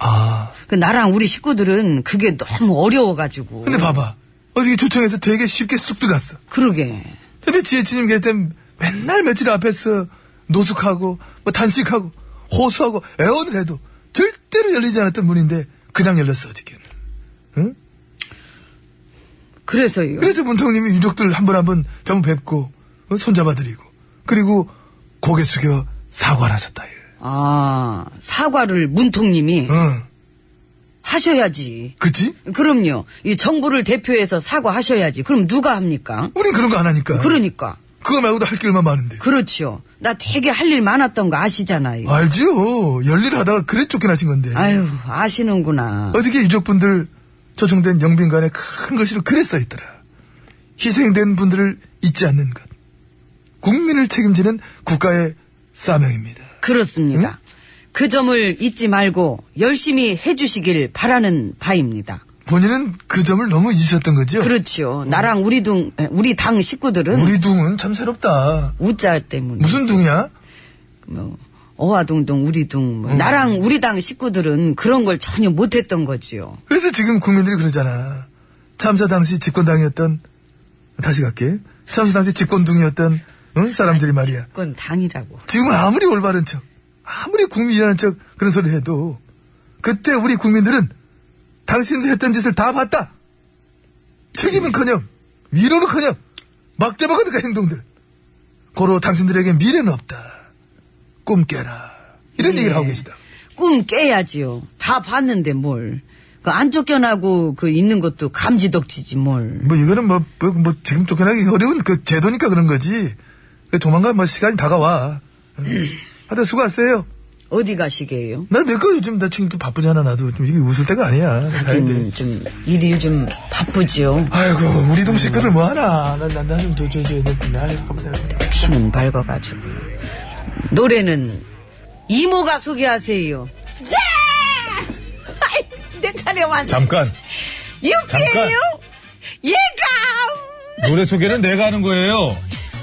Speaker 6: 아.
Speaker 2: 그 나랑 우리 식구들은 그게 너무 어려워가지고
Speaker 6: 근데 봐봐. 어저께 조청에서 되게 쉽게 쑥 들어갔어.
Speaker 2: 그러게
Speaker 6: 전에 지혜진님 계실 땐 맨날 며칠 앞에서 노숙하고 뭐 단식하고 호소하고 애원을 해도 절대로 열리지 않았던 문인데 그냥 열렸어 어저께는. 응?
Speaker 2: 그래서요
Speaker 6: 그래서 문통님이 유족들 한 분 한 분 전부 뵙고 어, 손잡아드리고 그리고 고개 숙여 사과를 하셨다. 예.
Speaker 2: 아 사과를 문통님이
Speaker 6: 응,
Speaker 2: 하셔야지
Speaker 6: 그치?
Speaker 2: 그럼요. 이 정부를 대표해서 사과하셔야지. 그럼 누가 합니까?
Speaker 6: 우린 그런 거 안 하니까.
Speaker 2: 그러니까.
Speaker 6: 그거 말고도 할 길만 많은데.
Speaker 2: 그렇죠. 나 되게 할 일 많았던 거 아시잖아요.
Speaker 6: 알지요. 열일하다가 그래 쫓겨나신 건데.
Speaker 2: 아유, 아시는구나.
Speaker 6: 어저께 유족분들 초청된 영빈관에 큰 글씨로 그래 써있더라. 희생된 분들을 잊지 않는 것. 국민을 책임지는 국가의 사명입니다.
Speaker 2: 그렇습니다. 그 점을 잊지 말고 열심히 해주시길 바라는 바입니다.
Speaker 6: 본인은 그 점을 너무 잊으셨던 거죠?
Speaker 2: 그렇지요. 나랑 우리 둥, 에, 우리 당 식구들은
Speaker 6: 우리 둥은 참 새롭다.
Speaker 2: 우자 때문에.
Speaker 6: 무슨 둥이야?
Speaker 2: 뭐, 어화둥둥, 우리둥.
Speaker 6: 음.
Speaker 2: 뭐 나랑 우리 당 식구들은 그런 걸 전혀 못했던 거지요.
Speaker 6: 그래서 지금 국민들이 그러잖아. 참사 당시 집권당이었던 다시 갈게. 참사 당시 집권둥이었던 응? 사람들이 말이야.
Speaker 2: 그건 당이라고.
Speaker 6: 지금 아무리 올바른 척, 아무리 국민이라는 척 그런 소리 를 해도 그때 우리 국민들은 당신들 했던 짓을 다 봤다. 책임은커녕 위로는커녕 막대먹은 그 행동들. 고로 당신들에게 미래는 없다. 꿈 깨라. 이런
Speaker 2: 예.
Speaker 6: 얘기를 하고 계시다.
Speaker 2: 꿈 깨야지요. 다 봤는데 뭘. 그 안 쫓겨나고 그 있는 것도 감지덕지지 뭘.
Speaker 6: 뭐 이거는 뭐, 뭐, 뭐 지금 쫓겨나기 어려운 그 제도니까 그런 거지. 그 조만간 뭐 시간이 다가와. 응. 하여튼 수고하세요.
Speaker 2: 어디 가시게요?
Speaker 6: 나 내 거 요즘 나 지금 바쁘잖아 나도 좀 이게 웃을 때가 아니야. 나
Speaker 3: 네,
Speaker 6: 가야 돼.
Speaker 2: 하긴 음, 좀 일이 좀 바쁘지요.
Speaker 6: 아이고 우리 동 식구들 뭐 하나. 나나나좀저저저 아이고 감사합니다.
Speaker 2: 피는 밝아가지고. 노래는 이모가 소개하세요. 예! 내 차례 완.
Speaker 3: 잠깐
Speaker 2: 유피예요. 예감.
Speaker 3: 노래 소개는 내가 하는 거예요.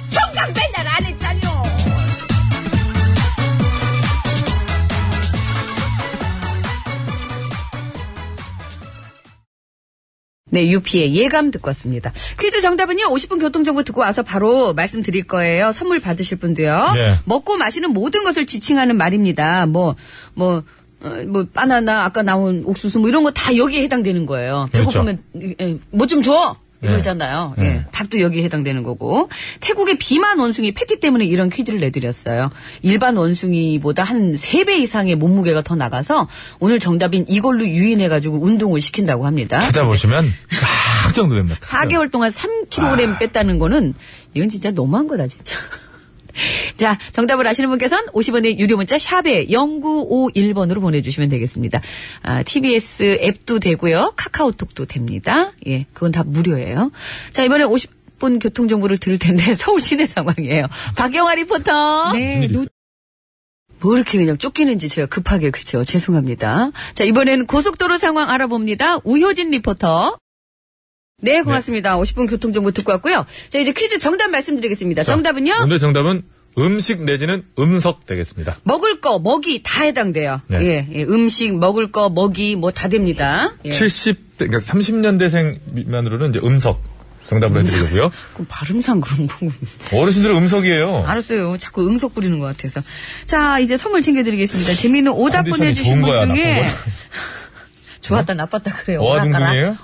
Speaker 2: 정강 배달 안 했잖요. 네, 유피의 예감 듣고 왔습니다. 퀴즈 정답은요, 50분 교통정보 듣고 와서 바로 말씀드릴 거예요. 선물 받으실 분도요.
Speaker 3: 네.
Speaker 2: 먹고 마시는 모든 것을 지칭하는 말입니다. 뭐, 뭐, 어, 뭐, 바나나, 아까 나온 옥수수, 뭐, 이런 거 다 여기에 해당되는 거예요. 배고프면, 뭐 좀 줘! 이러잖아요.
Speaker 3: 그렇죠. 네.
Speaker 2: 예.
Speaker 3: 네.
Speaker 2: 밥도 여기에 해당되는 거고. 태국의 비만 원숭이 패티 때문에 이런 퀴즈를 내드렸어요. 일반 원숭이보다 한 3배 이상의 몸무게가 더 나가서 오늘 정답인 이걸로 유인해가지고 운동을 시킨다고 합니다.
Speaker 3: 찾아보시면 깜짝 놀랍니다.
Speaker 2: 4개월 동안
Speaker 3: 아.
Speaker 2: 3kg 뺐다는 거는 이건 진짜 너무한 거다 진짜. 자, 정답을 아시는 분께서는 50원의 유료 문자 샵에 0951번으로 보내주시면 되겠습니다. 아, TBS 앱도 되고요. 카카오톡도 됩니다. 예, 그건 다 무료예요. 자, 이번에 50분 교통정보를 들을 텐데 서울 시내 상황이에요. 박영화 리포터.
Speaker 3: 무슨 일 있어요?
Speaker 2: 뭐 이렇게 그냥 쫓기는지 제가 급하게 그죠. 죄송합니다. 자, 이번에는 고속도로 상황 알아봅니다. 우효진 리포터. 네, 고맙습니다. 50분 교통정보 듣고 왔고요. 자, 이제 퀴즈 정답 말씀드리겠습니다. 정답은요?
Speaker 3: 오늘 정답은 음식 내지는 음석 되겠습니다.
Speaker 2: 먹을 거, 먹이 다 해당돼요.
Speaker 3: 네.
Speaker 2: 예, 예, 음식, 먹을 거, 먹이 뭐 다 됩니다. 예.
Speaker 3: 70대, 그러니까 30년대생 미만으로는 이제 음석 정답으로 해드리고요.
Speaker 2: 그럼 발음상 그런 거군요.
Speaker 3: 어르신들은 음석이에요.
Speaker 2: 알았어요. 자꾸 응석 부리는 것 같아서. 자, 이제 선물 챙겨드리겠습니다. 재미있는 오답
Speaker 3: 컨디션이
Speaker 2: 보내주신
Speaker 3: 좋은 거야,
Speaker 2: 분 중에.
Speaker 3: 나쁜 거야? 뭐
Speaker 2: 좋았다, 나빴다 그래요. 오락가락.
Speaker 3: 어화둥둥이에요?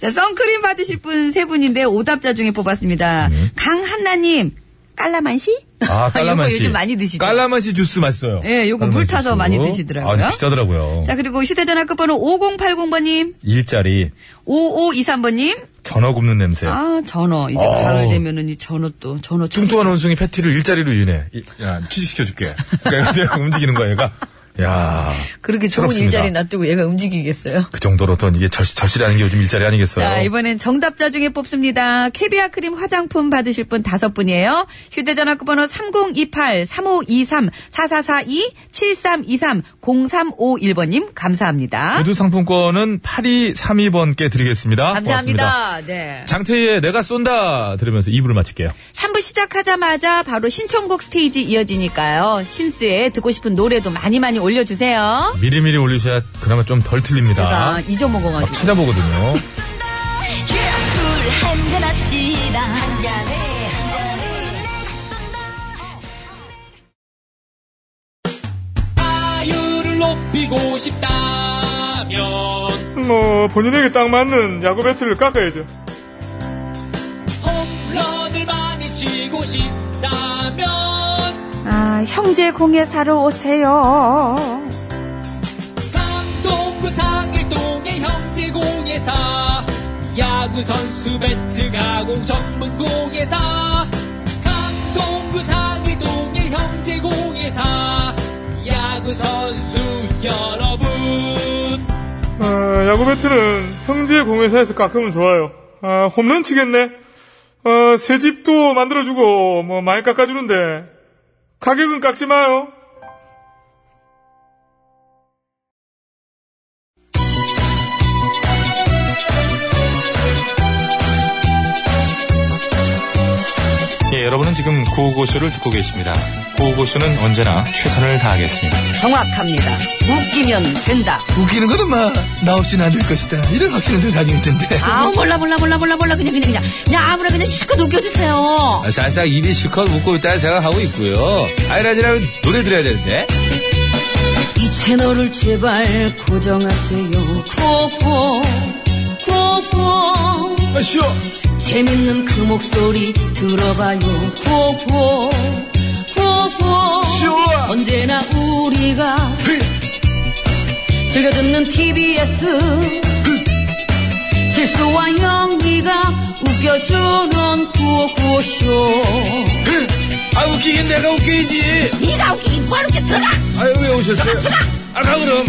Speaker 2: 자, 선크림 받으실 분 세 분인데 오답자 중에 뽑았습니다. 강한나님, 깔라만시?
Speaker 3: 네. 아, 깔라만시.
Speaker 2: 요거 요즘 많이 드시죠?
Speaker 3: 깔라만시 주스 맛있어요.
Speaker 2: 예, 요거 물
Speaker 3: 깔라만시
Speaker 2: 타서
Speaker 3: 주스.
Speaker 2: 많이 드시더라고요.
Speaker 3: 아, 비싸더라고요.
Speaker 2: 자, 그리고 휴대전화 끝번호 5080번님,
Speaker 3: 일자리,
Speaker 2: 5523번님,
Speaker 3: 전어 굽는 냄새.
Speaker 2: 아, 전어. 이제
Speaker 3: 네. 어우.
Speaker 2: 가을 되면은 이 전어 또, 전어 좀.
Speaker 3: 뚱뚱한 원숭이 패티를 일자리로 유인해. 이- 야, 취직시켜줄게. 그러니까 얘가 움직이는 거야, 얘가. 야,
Speaker 2: 그렇게 좋은
Speaker 3: 새롭습니다.
Speaker 2: 일자리 놔두고 얘가 움직이겠어요.
Speaker 3: 그 정도로 또 이게 절, 절실하는 게 요즘 일자리 아니겠어요?
Speaker 2: 자, 이번엔 정답자 중에 뽑습니다. 캐비아 크림 화장품 받으실 분 다섯 분이에요. 휴대전화 끝번호 3028, 3523, 4442, 7323, 0351번님, 감사합니다.
Speaker 3: 모두 상품권은 8232번께 드리겠습니다. 고맙습니다.
Speaker 2: 감사합니다. 네.
Speaker 3: 장태희의 내가 쏜다 들으면서 2부를 마칠게요.
Speaker 2: 3부 시작하자마자 바로 신청곡 스테이지 이어지니까요. 신스에 듣고 싶은 노래도 많이 많이 올려주세요.
Speaker 3: 미리미리 올리셔야 그나마 좀 덜 틀립니다.
Speaker 2: 제가
Speaker 3: 막
Speaker 2: 잊어먹어가지고.
Speaker 3: 찾아보거든요.
Speaker 4: 아유를 높이고 싶다면
Speaker 7: 뭐 본인에게 딱 맞는 야구 배트를 깎아야죠.
Speaker 4: 홈런을 많이 치고 싶다면
Speaker 2: 아, 형제 공예사로 오세요.
Speaker 4: 강동구 상일동의 형제공예사 야구선수 배트 가공 전문공예사 강동구 상일동의 형제공예사 야구선수 여러분
Speaker 7: 아, 야구 배트는 형제 공회사에서 깎으면 좋아요. 아, 홈런 치겠네. 아, 새 집도 만들어주고 뭐 많이 깎아주는데 가격은 깎지 마요.
Speaker 3: 예, 여러분은 지금 구호고쇼를 듣고 계십니다. 구호고쇼는 언제나 최선을 다하겠습니다.
Speaker 8: 정확합니다. 웃기면 된다.
Speaker 6: 웃기는 거는 막, 나 없이는 안 될 것이다. 이런 확신을 늘 가지고 있던데.
Speaker 8: 아 몰라 몰라 몰라 몰라 몰라 그냥 그냥 그냥 그냥 아무나 그냥 실컷 웃겨주세요.
Speaker 1: 사실상 아, 입이 실컷 웃고 있다는 생각하고 있고요. 아이라지라면 노래 들어야 되는데.
Speaker 8: 이 채널을 제발 고정하세요. 구호구호 구호구호
Speaker 1: 아, 쉬워.
Speaker 8: 재밌는 그 목소리 들어봐요. 구호구호 구호구호
Speaker 1: 쉬워.
Speaker 8: 언제나 우리가 즐겨 듣는 TBS 실수와 영리가 웃겨주는 구호구호쇼
Speaker 1: 아, 웃기긴 내가 웃기지.
Speaker 8: 네가 웃기긴 바로 이렇게 들어가
Speaker 1: 아유, 왜 오셨어요? 아, 가, 그럼.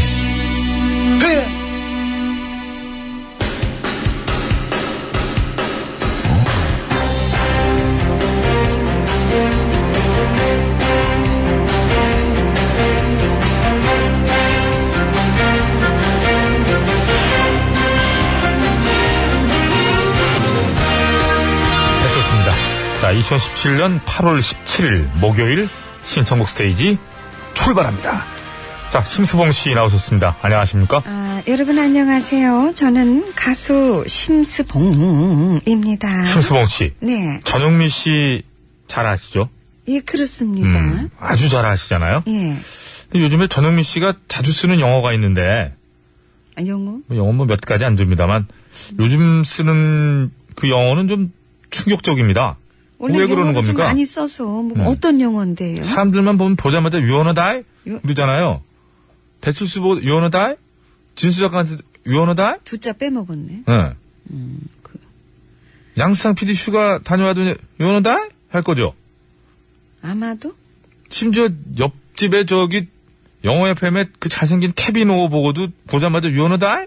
Speaker 3: 했었습니다. 네, 자, 2017년 8월 17일 목요일 신청곡 스테이지 출발합니다. 자, 심수봉 씨 나오셨습니다. 안녕하십니까?
Speaker 2: 아, 여러분 안녕하세요. 저는 가수 심스봉입니다.
Speaker 3: 심수봉 씨.
Speaker 2: 네,
Speaker 3: 전용미 씨 잘 아시죠?
Speaker 2: 예 그렇습니다.
Speaker 3: 음, 아주 잘 아시잖아요.
Speaker 2: 예,
Speaker 3: 근데 요즘에 전용미 씨가 자주 쓰는 영어가 있는데
Speaker 2: 아, 영어.
Speaker 3: 뭐 영어 뭐 몇 가지 안 줍니다만 요즘 쓰는 그 영어는 좀 충격적이입니다. 왜 그러는
Speaker 2: 영어를 좀
Speaker 3: 겁니까?
Speaker 2: 많이 써서 뭐
Speaker 3: 네.
Speaker 2: 어떤 영어인데요?
Speaker 3: 사람들만 보면 보자마자 유언어다이
Speaker 2: 요-
Speaker 3: 그러잖아요. 배칠수 보 유언어다이 진수 작가한테 유언어다이.
Speaker 2: 두 자 빼먹었네.
Speaker 3: 예. 양상 PD 슈가 다녀와도 유언어다이 할 거죠.
Speaker 2: 아마도
Speaker 3: 심지어 옆집에 저기 영어 FM에 그 잘생긴 케비노 보고도 보자마자 유언어다이.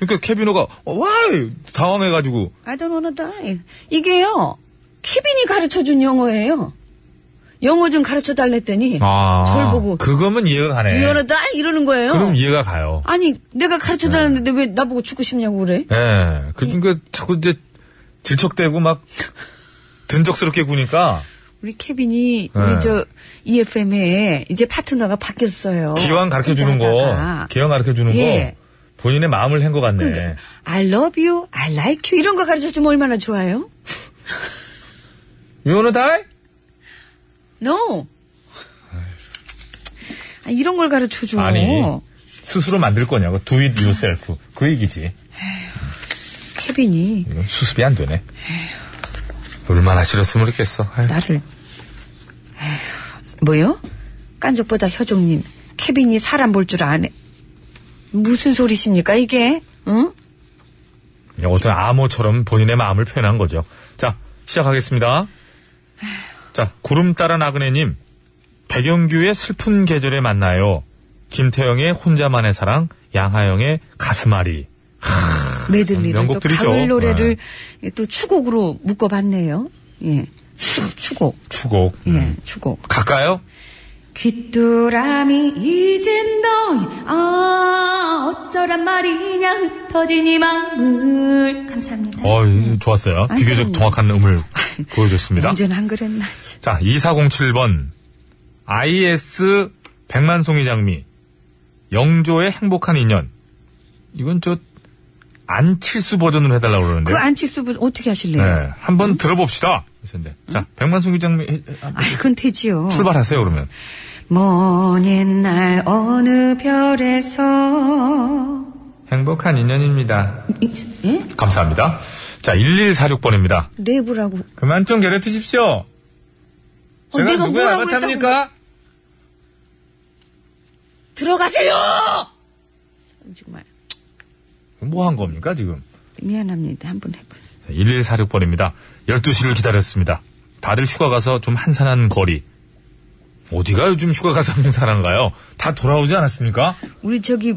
Speaker 3: 그러니까 케비노가 와이 당황해가지고
Speaker 2: I don't wanna die. 이게요. 케빈이 가르쳐준 영어예요. 영어 좀 가르쳐 달랬더니
Speaker 3: 아,
Speaker 2: 저를 보고
Speaker 3: 그거면 이해가 가네.
Speaker 2: You wanna die 이러는 거예요.
Speaker 3: 그럼 이해가 네. 가요.
Speaker 2: 아니 내가 가르쳐 달랬는데 왜 나보고 죽고 싶냐고 그래?
Speaker 3: 예. 그러니까 자꾸 이제 질척대고 막 든적스럽게 구니까
Speaker 2: 우리 케빈이
Speaker 3: 네.
Speaker 2: 우리 저 EFM에 이제 파트너가 바뀌었어요.
Speaker 3: 기왕 가르쳐 주는 거,
Speaker 2: 혼자
Speaker 3: 기왕 가르쳐 주는 거
Speaker 2: 예.
Speaker 3: 본인의 마음을 한 것 같네.
Speaker 2: 하다가. I love you, I like you 이런 거 가르쳐 주면 얼마나 좋아요?
Speaker 3: You wanna die?
Speaker 2: No. 아, 이런 걸 가르쳐 줘.
Speaker 3: 아니. 스스로 만들 거냐고. Do it yourself. 그 얘기지.
Speaker 2: 케빈이
Speaker 3: 이건 수습이 안 되네. 얼마나 싫었으면 그랬겠어. 아유.
Speaker 2: 나를 에휴, 뭐요? 깐족보다 혀종님 케빈이 사람 볼 줄 아네. 무슨 소리십니까 이게? 응?
Speaker 3: 그냥 어떤 암호처럼 본인의 마음을 표현한 거죠. 자, 시작하겠습니다. 자, 구름 따라 나그네님. 백영규의 슬픈 계절에 만나요. 김태영의 혼자만의 사랑, 양하영의 가슴앓이.
Speaker 2: 메들리를 또
Speaker 3: 명곡들이죠. 네.
Speaker 2: 가을 노래를 또 추곡으로 묶어봤네요. 예. 추곡.
Speaker 3: 추곡.
Speaker 2: 예,
Speaker 3: 음.
Speaker 2: 추곡.
Speaker 3: 갈까요?
Speaker 2: 귀뚜라미 이젠 너 아, 어쩌란 말이냐 흩어진 이 마음을 감사합니다.
Speaker 3: 어, 이- 좋았어요.
Speaker 2: 아니,
Speaker 3: 비교적
Speaker 2: 그럼요.
Speaker 3: 정확한 음을 보여줬습니다.
Speaker 2: 언제는 안 그랬나. 참.
Speaker 3: 자, 2407번. IS 백만송이 장미. 영조의 행복한 인연. 이건 저, 안칠수 버전으로 해달라고 그러는데.
Speaker 2: 그 안치수분 어떻게 하실래요?
Speaker 3: 네. 한번 들어봅시다. 그랬는데. 자, 백만송이 장미. 해- 아,
Speaker 2: 아이, 그건 되지요.
Speaker 3: 출발하세요, 그러면.
Speaker 2: 먼 옛날 어느 별에서
Speaker 3: 행복한 인연입니다.
Speaker 2: 이- 예?
Speaker 3: 감사합니다. 자, 1146번입니다.
Speaker 2: 랩을하고
Speaker 3: 그만 좀 괴롭히십시오.
Speaker 2: 어, 내가 뭐라고 그랬다고 들어가세요. 정말
Speaker 3: 뭐 한 겁니까, 지금?
Speaker 2: 미안합니다. 한번 해봐.
Speaker 3: 1146번입니다. 12시를 기다렸습니다. 다들 휴가 가서 좀 한산한 거리. 어디가 요즘 휴가 가서 한산한가요? 다 돌아오지 않았습니까?
Speaker 2: 우리 저기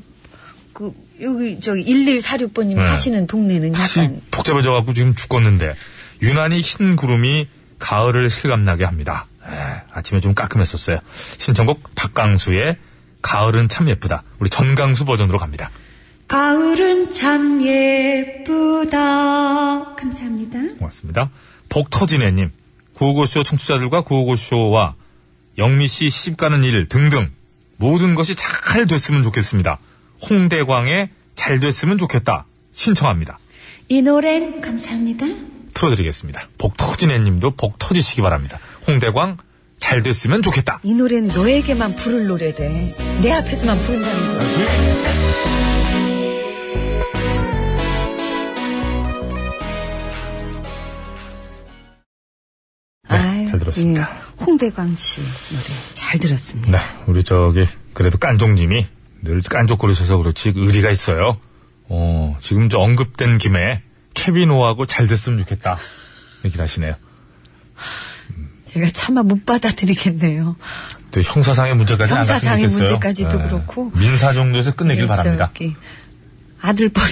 Speaker 2: 그 여기 저기 1146번님
Speaker 3: 네.
Speaker 2: 사시는 동네는
Speaker 3: 다시
Speaker 2: 약간
Speaker 3: 복잡해져갖고 지금 죽었는데 유난히 흰 구름이 가을을 실감나게 합니다. 예, 아침에 좀 깔끔했었어요. 신청곡 박강수의 가을은 참 예쁘다. 우리 전강수 버전으로 갑니다.
Speaker 2: 가을은 참 예쁘다. 감사합니다.
Speaker 3: 고맙습니다. 복터진애님, 구호고쇼 청취자들과 구호고쇼와 영미씨 시집가는 일 등등 모든 것이 잘 됐으면 좋겠습니다. 홍대광의 잘 됐으면 좋겠다 신청합니다.
Speaker 2: 이 노래 감사합니다.
Speaker 3: 틀어드리겠습니다. 복터진애님도 복터지시기 바랍니다. 홍대광 잘 됐으면 좋겠다.
Speaker 2: 이 노래는 너에게만 부를 노래래. 내 앞에서만 부른다는 거야.
Speaker 3: 네,
Speaker 2: 아유,
Speaker 3: 잘 들었습니다.
Speaker 2: 예. 홍대광 씨 노래 잘 들었습니다.
Speaker 3: 네, 우리 저기 그래도 깐종님이 늘 깐족거리셔서 그렇지 의리가 있어요. 어, 지금 저 언급된 김에 케비노하고 잘 됐으면 좋겠다. 얘기를 하시네요.
Speaker 2: 제가 차마 못 받아들이겠네요.
Speaker 3: 또 형사상의 문제까지 안 갔으면
Speaker 2: 형사상의
Speaker 3: 좋겠어요.
Speaker 2: 문제까지도
Speaker 3: 예.
Speaker 2: 그렇고. 네,
Speaker 3: 민사 정도에서 끝내길 바랍니다.
Speaker 2: 예, 저기 아들 버리라.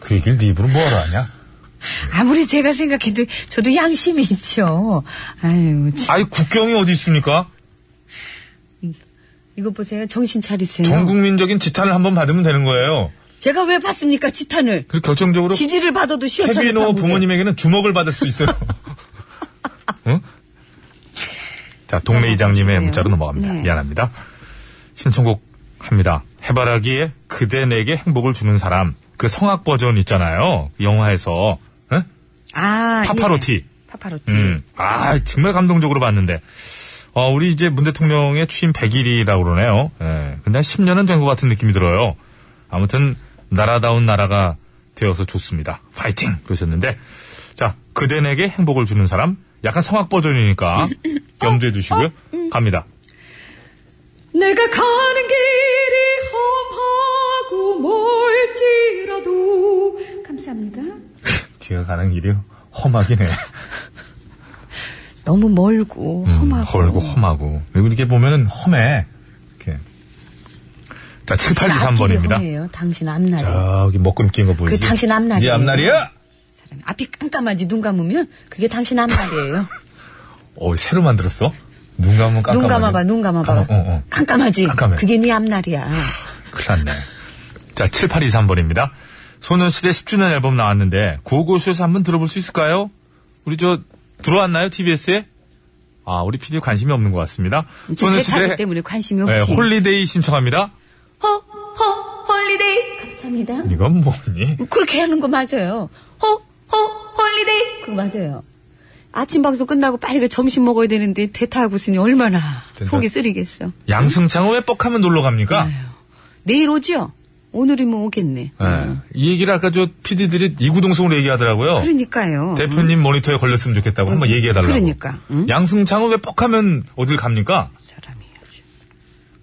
Speaker 3: 그 얘기를 네 입으로 뭐하러 하냐?
Speaker 2: 아무리 제가 생각해도 저도 양심이 있죠. 아유, 참.
Speaker 3: 아이 국경이 어디 있습니까?
Speaker 2: 이거 보세요. 정신 차리세요.
Speaker 3: 전 국민적인 지탄을 한번 받으면 되는 거예요.
Speaker 2: 제가 왜 받습니까? 지탄을.
Speaker 3: 그리고 결정적으로
Speaker 2: 지지를 받아도 시어처리
Speaker 3: 케비노 부모님에게는 주먹을 받을 수 있어요. 응? 자, 동네 이장님의
Speaker 2: 넘어가시네요.
Speaker 3: 문자로 넘어갑니다.
Speaker 2: 네.
Speaker 3: 미안합니다. 신청곡 합니다. 해바라기에 그대 내게 행복을 주는 사람. 그 성악 버전 있잖아요. 영화에서. 응?
Speaker 2: 아,
Speaker 3: 파파로티.
Speaker 2: 예. 파파로티.
Speaker 3: 음. 아, 정말 감동적으로 봤는데. 어, 우리 이제 문 대통령의 취임 100일이라고 그러네요. 예. 근데 한 10년은 된 것 같은 느낌이 들어요. 아무튼, 나라다운 나라가 되어서 좋습니다. 파이팅! 그러셨는데. 자, 그대 내게 행복을 주는 사람. 약간 성악 버전이니까 염두해
Speaker 2: 어?
Speaker 3: 두시고요.
Speaker 2: 음.
Speaker 3: 갑니다.
Speaker 2: 내가 가는 길이 험하고 멀지라도 감사합니다.
Speaker 3: 뒤에 가는 길이 험하긴 해.
Speaker 2: 너무 멀고 음.
Speaker 3: 음,
Speaker 2: 험하고
Speaker 3: 헐고 험하고. 그리고 이렇게 보면은 험해. 이렇게. 자,
Speaker 2: 앞길이
Speaker 3: 7823번입니다.
Speaker 2: 험해요. 당신 앞날이
Speaker 3: 저기 먹금 낀 거 보이지?
Speaker 2: 그 당신 앞날이에요.
Speaker 3: 네 앞날이야?
Speaker 2: 사람이 앞이 깜깜하지 눈 감으면 그게 당신 앞날이에요.
Speaker 3: 어, 새로 만들었어? 눈 감으면 깜깜하네.
Speaker 2: 눈 감아봐 눈 감아봐
Speaker 3: 감아- 어, 어.
Speaker 2: 깜깜하지
Speaker 3: 깜깜해.
Speaker 2: 그게 네 앞날이야.
Speaker 3: 큰일 났네. 자, 7823번입니다. 소년시대 10주년 앨범 나왔는데 구호고쇼에서 한번 들어볼 수 있을까요? 우리 저 들어왔나요? TBS에? 아, 우리 PD 관심이 없는 것 같습니다.
Speaker 2: 지금 대타기 때문에 관심이 없지.
Speaker 3: 네, 홀리데이 신청합니다.
Speaker 2: 허, 허, 홀리데이. 감사합니다.
Speaker 3: 이건 뭐니?
Speaker 2: 그렇게 하는 거 맞아요. 허, 허, 홀리데이. 그거 맞아요. 아침 방송 끝나고 빨리 그 점심 먹어야 되는데 대타하고 있으니 얼마나
Speaker 3: 진짜.
Speaker 2: 속이 쓰리겠어.
Speaker 3: 양승창은 왜 뻑하면 놀러 갑니까?
Speaker 2: 내일 오지요? 오늘이면 오겠네.
Speaker 3: 네. 이 얘기를 아까 저 PD들이 이구동성으로 얘기하더라고요.
Speaker 2: 그러니까요.
Speaker 3: 대표님 모니터에 걸렸으면 좋겠다고 한번 얘기해달라고.
Speaker 2: 그러니까, 응?
Speaker 3: 양승창은 왜 뻑하면 어딜 갑니까?
Speaker 2: 사람이 요즘.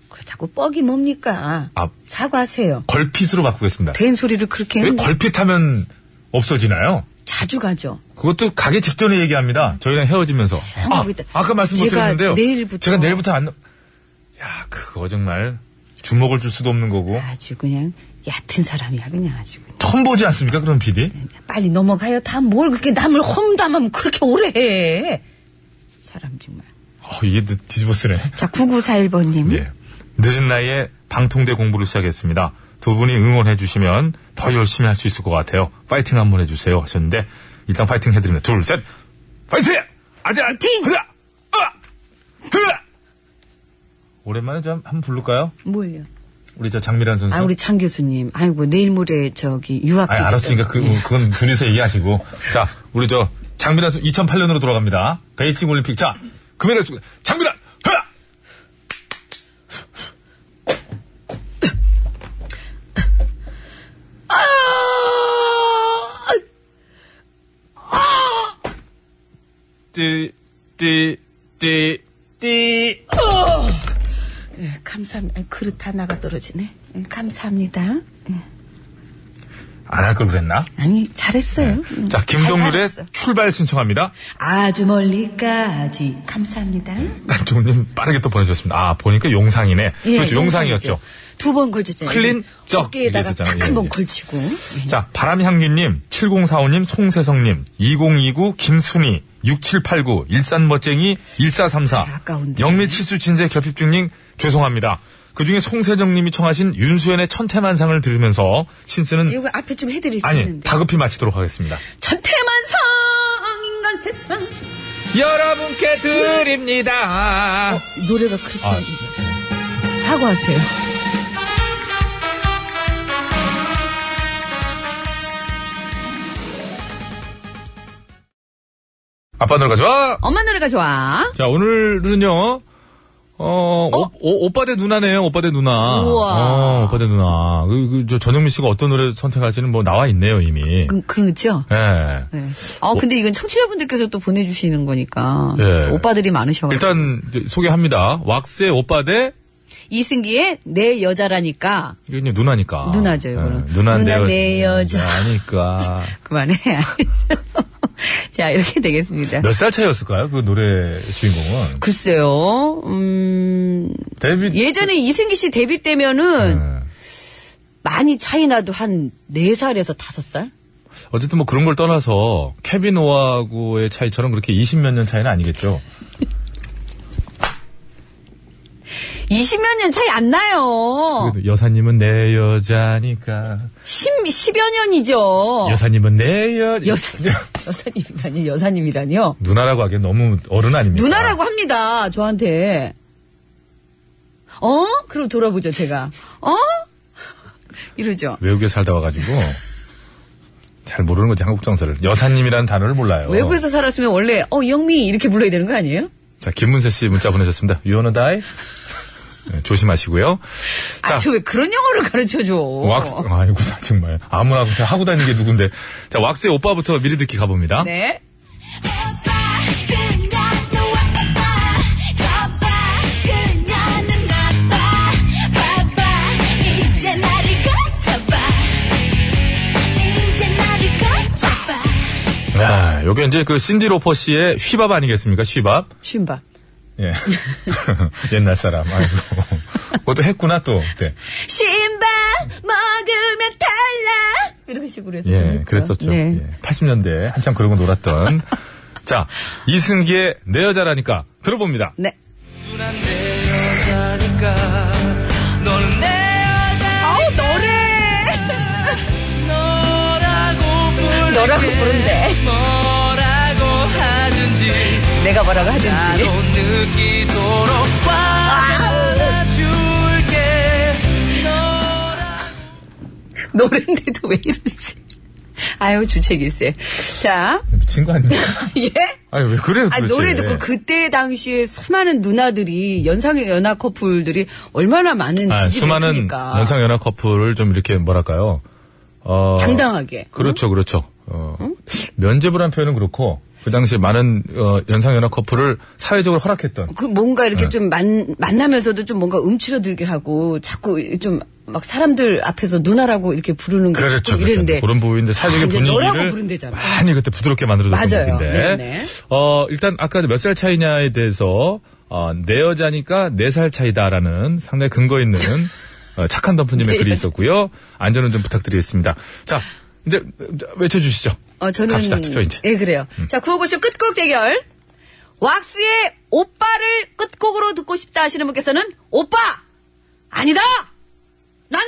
Speaker 2: 그렇다고 뻑이 뭡니까?
Speaker 3: 아.
Speaker 2: 사과하세요.
Speaker 3: 걸핏으로 바꾸겠습니다.
Speaker 2: 된 소리를 그렇게
Speaker 3: 왜
Speaker 2: 했는데
Speaker 3: 걸핏하면 없어지나요?
Speaker 2: 자주 가죠.
Speaker 3: 그것도 가기 직전에 얘기합니다. 저희랑 헤어지면서. 아,
Speaker 2: 하고 있다.
Speaker 3: 아까 말씀 못
Speaker 2: 제가
Speaker 3: 드렸는데요.
Speaker 2: 내일부터-
Speaker 3: 제가 내일부터 안. 야, 그거 정말 주목을 줄 수도 없는 거고.
Speaker 2: 아주 그냥 얕은 사람이야 그냥 아주 그냥.
Speaker 3: 처음 보지 않습니까, 그런 PD?
Speaker 2: 빨리 넘어가요. 다 뭘 그렇게 남을 험담하면 그렇게 오래 해. 사람 정말.
Speaker 3: 어, 이게 또 뒤집어 쓰네.
Speaker 2: 자, 9941번님.
Speaker 3: 예. 늦은 나이에 방통대 공부를 시작했습니다. 두 분이 응원해 주시면 더 열심히 할 수 있을 것 같아요. 파이팅 한번 해주세요 하셨는데 일단 파이팅 해드립니다. 둘, 셋, 파이팅! 아직 안 팅! 흐라! 아! 흐라! 오랜만에 좀 한번 부를까요?
Speaker 2: 뭘요?
Speaker 3: 우리 저 장미란 선수.
Speaker 2: 아, 우리 창 교수님. 아이고, 내일 모레 저기 유학.
Speaker 3: 아니,
Speaker 2: 가기
Speaker 3: 알았으니까
Speaker 9: 네.
Speaker 3: 그,
Speaker 2: 때문에.
Speaker 3: 그건 둘이서 얘기하시고. 자, 우리 저 장미란 선수 2008년으로 돌아갑니다. 베이징 올림픽. 자, 금메달 수 장미란! 흐라! 띠띠띠띠
Speaker 2: 예,
Speaker 9: 네,
Speaker 2: 감사합니다. 아이, 그릇 하나가 떨어지네. 예, 감사합니다.
Speaker 3: 아,
Speaker 1: 안 할 걸 그랬나?
Speaker 9: 아니 잘했어요. 음,
Speaker 3: 네. 자,
Speaker 9: 잘
Speaker 3: 김동률의
Speaker 9: 살았어.
Speaker 3: 출발 신청합니다.
Speaker 9: 아주 멀리까지 감사합니다.
Speaker 3: 딴종님 빠르게 또 보내주셨습니다. 아, 보니까 용상이네.
Speaker 9: 예,
Speaker 3: 네. 그렇죠, 용상이었죠.
Speaker 9: 두 번 걸쳤잖아요.
Speaker 3: 클린 쩍
Speaker 9: 어깨에다가
Speaker 3: 이랬었잖아요.
Speaker 9: 딱 한
Speaker 3: 예,
Speaker 9: 번
Speaker 3: 예.
Speaker 9: 걸치고. 예.
Speaker 3: 자, 바람향기님, 7045님, 송세성님, 2029, 김순희, 6789, 일산멋쟁이, 1434.
Speaker 9: 아까운데.
Speaker 3: 영미치수 진세 결핍증님, 죄송합니다. 그 중에 송세정님이 청하신 윤수연의 천태만상을 들으면서 신스는
Speaker 9: 이거 앞에 좀 해드릴 수
Speaker 3: 음. 아니
Speaker 9: 있는데.
Speaker 3: 다급히 마치도록 하겠습니다.
Speaker 9: 천태만상 인간 세상.
Speaker 1: 여러분께 드립니다.
Speaker 9: 노래가 그렇게
Speaker 3: 아,
Speaker 9: 사과하세요.
Speaker 3: 아빠 노래가 좋아.
Speaker 2: 엄마 노래가 좋아.
Speaker 3: 자 오늘은요. 어, 오, 오, 오빠 대 누나네요, 오빠 대 누나.
Speaker 2: 우와.
Speaker 3: 어, 오빠 대 누나. 그, 그, 저, 전영미 씨가 어떤 노래 선택할지는 뭐 나와 있네요, 이미.
Speaker 2: 그, 그렇죠?
Speaker 3: 예.
Speaker 2: 네. 아, 근데 이건 청취자분들께서 또 보내주시는 거니까.
Speaker 3: 예.
Speaker 2: 오빠들이 많으셔가지고.
Speaker 3: 일단 이제 소개합니다. 왁스의 오빠 대
Speaker 2: 이승기의 내 여자라니까.
Speaker 3: 이거 이제 누나니까.
Speaker 2: 누나죠, 이거는.
Speaker 3: 예, 누나
Speaker 2: 누나
Speaker 3: 내
Speaker 2: 내 여자.
Speaker 3: 여자니까.
Speaker 2: 그만해. 자, 이렇게 되겠습니다.
Speaker 3: 몇 살 차이였을까요? 그 노래 주인공은
Speaker 2: 글쎄요, 음,
Speaker 3: 데뷔
Speaker 2: 예전에 이승기 씨 데뷔 때면은
Speaker 3: 네.
Speaker 2: 많이 차이나도 한 4살에서 5살?
Speaker 3: 어쨌든 뭐 그런 걸 떠나서 케빈 오하고의 차이처럼 그렇게 20몇 년 차이는 아니겠죠.
Speaker 2: 20몇 년 차이 안 나요.
Speaker 3: 그래도 여사님은 내 여자니까.
Speaker 2: 10, 여 년이죠.
Speaker 3: 네. 여사님은 내 여.
Speaker 2: 어. 여사님, 여사님이라니, 여사님이라니요.
Speaker 3: 누나라고 하기엔 너무 어른 아닙니까?
Speaker 2: 누나라고 합니다, 저한테. 어? 그럼 돌아보죠, 제가. 어? 이러죠.
Speaker 3: 외국에 살다 와가지고 잘 모르는 거지 한국 정서를. 여사님이라는 단어를 몰라요.
Speaker 2: 외국에서 살았으면 원래, 어, 영미, 이렇게 불러야 되는 거 아니에요?
Speaker 3: 자 김문세 씨 문자 보내셨습니다. You wanna die? 네, 조심하시고요.
Speaker 2: 아, 저 왜 그런 영어를 가르쳐 줘.
Speaker 3: 왁스, 아이고, 나 정말. 아무나 그냥 하고 다니는 게 누군데. 자, 왁스의 오빠부터 미리 듣기 가봅니다.
Speaker 2: 네.
Speaker 3: 아, 요게 이제 그 신디 로퍼 씨의 휘밥 아니겠습니까? 휘밥.
Speaker 2: 쉰밥.
Speaker 3: 예. 옛날 사람, 아이고. 그것도 했구나, 또. 네. 그때.
Speaker 2: 신밥 먹으면 달라 이런 식으로 해서 좀
Speaker 3: 예,
Speaker 2: 했죠.
Speaker 3: 그랬었죠.
Speaker 2: 네.
Speaker 3: 예, 80년대 한참 그러고 놀았던. 자, 이승기의 내 여자라니까 들어봅니다.
Speaker 2: 네.
Speaker 4: 누난 내 여자니까 너는 내 여자
Speaker 2: 아우 노래
Speaker 4: 너라고 부를게
Speaker 2: 너라고 부른대.
Speaker 4: 뭐라고 하든지
Speaker 2: 내가 뭐라고
Speaker 4: 나도
Speaker 2: 하든지
Speaker 4: 느끼도록 와달라줄게 너라고
Speaker 2: 노래인데도 왜 이러지 아유 주책일세 자예
Speaker 3: 미친 거 아닙니까? 아니, 왜 그래요,
Speaker 2: 아,
Speaker 3: 도대체.
Speaker 2: 노래 듣고 그때 당시에 수많은 누나들이 연상의 연하 커플들이 얼마나 많은
Speaker 3: 아,
Speaker 2: 지지를
Speaker 3: 수많은
Speaker 2: 했으니까
Speaker 3: 연상연하 커플을 좀 이렇게 뭐랄까요. 어,
Speaker 2: 당당하게
Speaker 3: 그렇죠, 그렇죠. 어, 면제부란 표현은 그렇고 그 당시 많은 어, 연상연하 커플을 사회적으로 허락했던
Speaker 2: 그 뭔가
Speaker 3: 네.
Speaker 2: 이렇게 좀 만, 만나면서도 좀 뭔가 움츠러들게 하고 자꾸 좀 막 사람들 앞에서 누나라고 이렇게 부르는 거
Speaker 3: 그렇죠,
Speaker 2: 자꾸
Speaker 3: 그렇죠.
Speaker 2: 뭐 이랬는데
Speaker 3: 그런 부분인데 사회적인
Speaker 2: 이제 너라고
Speaker 3: 분위기를
Speaker 2: 부른대잖아.
Speaker 3: 많이 그때 부드럽게 만들어줬던
Speaker 2: 맞아요.
Speaker 3: 곡인데
Speaker 2: 네네.
Speaker 3: 어, 일단 아까 몇 살 차이냐에 대해서 어, 내 여자니까 네 살 차이다라는 상당히 근거 있는 어, 착한 덤프님의
Speaker 2: 내
Speaker 3: 글이
Speaker 2: 여자.
Speaker 3: 있었고요. 안전은 좀 부탁드리겠습니다. 자, 이제 외쳐주시죠.
Speaker 2: 어, 저는.
Speaker 3: 갑시다, 투표 이제. 음.
Speaker 2: 예, 그래요. 자, 구호고쇼 끝곡 대결. 왁스의 오빠를 끝곡으로 듣고 싶다 하시는 분께서는, 오빠! 아니다! 나는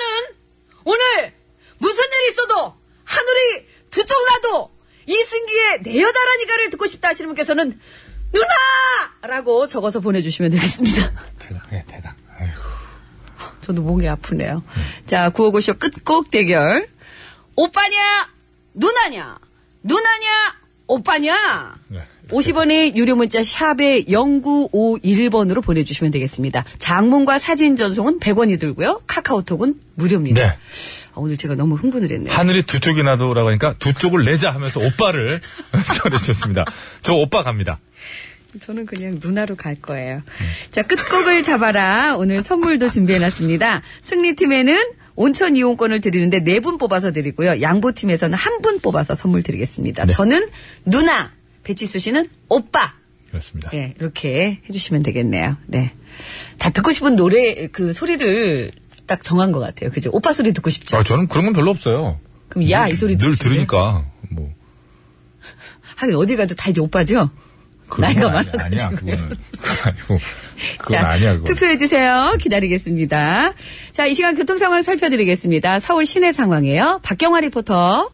Speaker 2: 오늘 무슨 일이 있어도 하늘이 두 쪽 나도 이승기의 내 여자라니까를 듣고 싶다 하시는 분께서는, 누나! 라고 적어서 보내주시면 되겠습니다.
Speaker 3: 예, 대단해, 대단. 아이고.
Speaker 2: 저도 목이 아프네요. 자, 구호고쇼 끝곡 대결. 오빠냐, 누나냐, 누나냐, 오빠냐.
Speaker 3: 네,
Speaker 2: 50원의 유료 문자 샵에 0951번으로 보내주시면 되겠습니다. 장문과 사진 전송은 100원이 들고요. 카카오톡은 무료입니다.
Speaker 3: 네.
Speaker 2: 아, 오늘 제가 너무 흥분을 했네요.
Speaker 3: 하늘이 두 쪽이 나도라고 하니까 두 쪽을 내자 하면서 오빠를 전해주셨습니다. 저 오빠 갑니다.
Speaker 2: 저는 그냥 누나로 갈 거예요. 자, 끝곡을 잡아라. 오늘 선물도 준비해놨습니다. 승리팀에는 온천 이용권을 드리는데 네 분 뽑아서 드리고요. 양보팀에서는 한 분 뽑아서 선물 드리겠습니다.
Speaker 3: 네.
Speaker 2: 저는 누나, 배치수 씨는 오빠.
Speaker 3: 그렇습니다.
Speaker 2: 예, 이렇게 해주시면 되겠네요. 네. 다 듣고 싶은 노래, 그 소리를 딱 정한 것 같아요. 그죠? 오빠 소리 듣고 싶죠?
Speaker 3: 아, 저는 그런 건 별로 없어요.
Speaker 2: 그럼 야, 이 소리 듣고
Speaker 3: 늘
Speaker 2: 싶으세요?
Speaker 3: 들으니까 뭐
Speaker 2: 하긴 어디 가도 다 이제 오빠죠?
Speaker 3: 그건
Speaker 2: 나이가
Speaker 3: 아니-
Speaker 2: 많아가지고
Speaker 3: 아니야 그거는 그건 아니고 그건
Speaker 2: 자,
Speaker 3: 아니야 그거.
Speaker 2: 투표해주세요. 기다리겠습니다. 자, 이 시간 교통 상황 살펴드리겠습니다. 서울 시내 상황이에요. 박경화 리포터.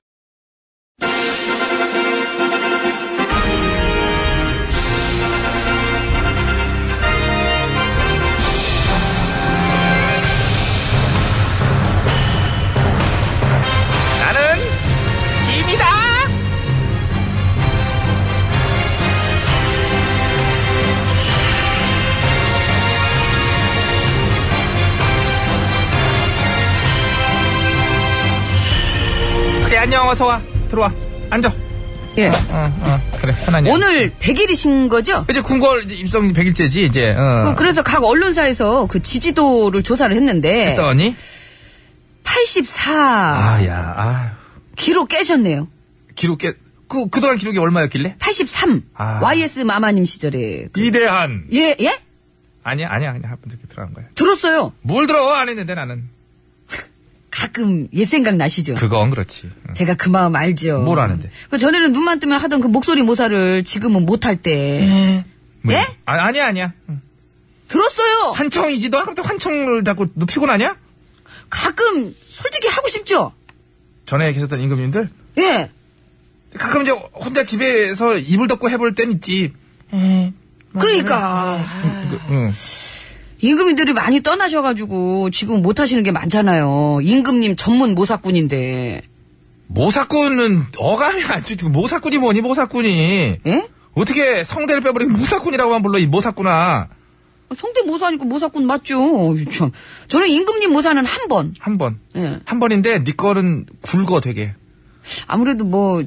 Speaker 1: 나는 짐이다. 그래 안녕 어서 와 들어와 앉아.
Speaker 2: 예.
Speaker 1: 어, 어, 그래 편안히.
Speaker 2: 오늘 100일이신 거죠?
Speaker 1: 이제 궁궐 이제 입성 100일째지 이제. 어.
Speaker 2: 그- 그래서 각 언론사에서 그 지지도를 조사를 했는데
Speaker 1: 했더니
Speaker 2: 84
Speaker 1: 아야 아
Speaker 2: 기록 깨셨네요.
Speaker 1: 기록 깨그 그동안 기록이 얼마였길래?
Speaker 2: 83
Speaker 1: 아.
Speaker 2: YS 마마님 시절에
Speaker 3: 이대한
Speaker 2: 예 예?
Speaker 1: 아니야 아니야 아니야 한번 이렇게 들어간 거야.
Speaker 2: 들었어요.
Speaker 1: 뭘 들어 안 했는데 나는.
Speaker 2: 가끔 옛 생각 나시죠?
Speaker 1: 그건 그렇지.
Speaker 2: 제가 그 마음 알죠.
Speaker 1: 뭘 아는데?
Speaker 2: 그 전에는 눈만 뜨면 하던 그 목소리 모사를 지금은 못할 때
Speaker 3: 뭐,
Speaker 2: 예?
Speaker 1: 아, 아니야 아니야.
Speaker 2: 들었어요.
Speaker 1: 환청이지. 너 아까부터 환청을 자꾸 너 피곤하냐?
Speaker 2: 가끔 솔직히 하고 싶죠.
Speaker 1: 전에 계셨던 임금님들
Speaker 2: 예.
Speaker 1: 가끔 이제 혼자 집에서 이불 덮고 해볼 땐 있지.
Speaker 2: 그러니까
Speaker 1: 그, 응.
Speaker 2: 임금님들이 많이 떠나셔가지고 지금 못 하시는 게 많잖아요. 임금님 전문 모사꾼인데
Speaker 1: 모사꾼은 어감이 안 좋지. 모사꾼이 뭐니 모사꾼이.
Speaker 2: 예?
Speaker 1: 어떻게 성대를 빼버리고 모사꾼이라고만 불러 이뭐 모사꾼아.
Speaker 2: 성대 모사니까 모사꾼 맞죠? 어휴, 참. 저는 임금님 모사는 한 번.
Speaker 1: 한 번.
Speaker 2: 예.
Speaker 1: 한 번인데 네 거는 굵어 되게.
Speaker 2: 아무래도 뭐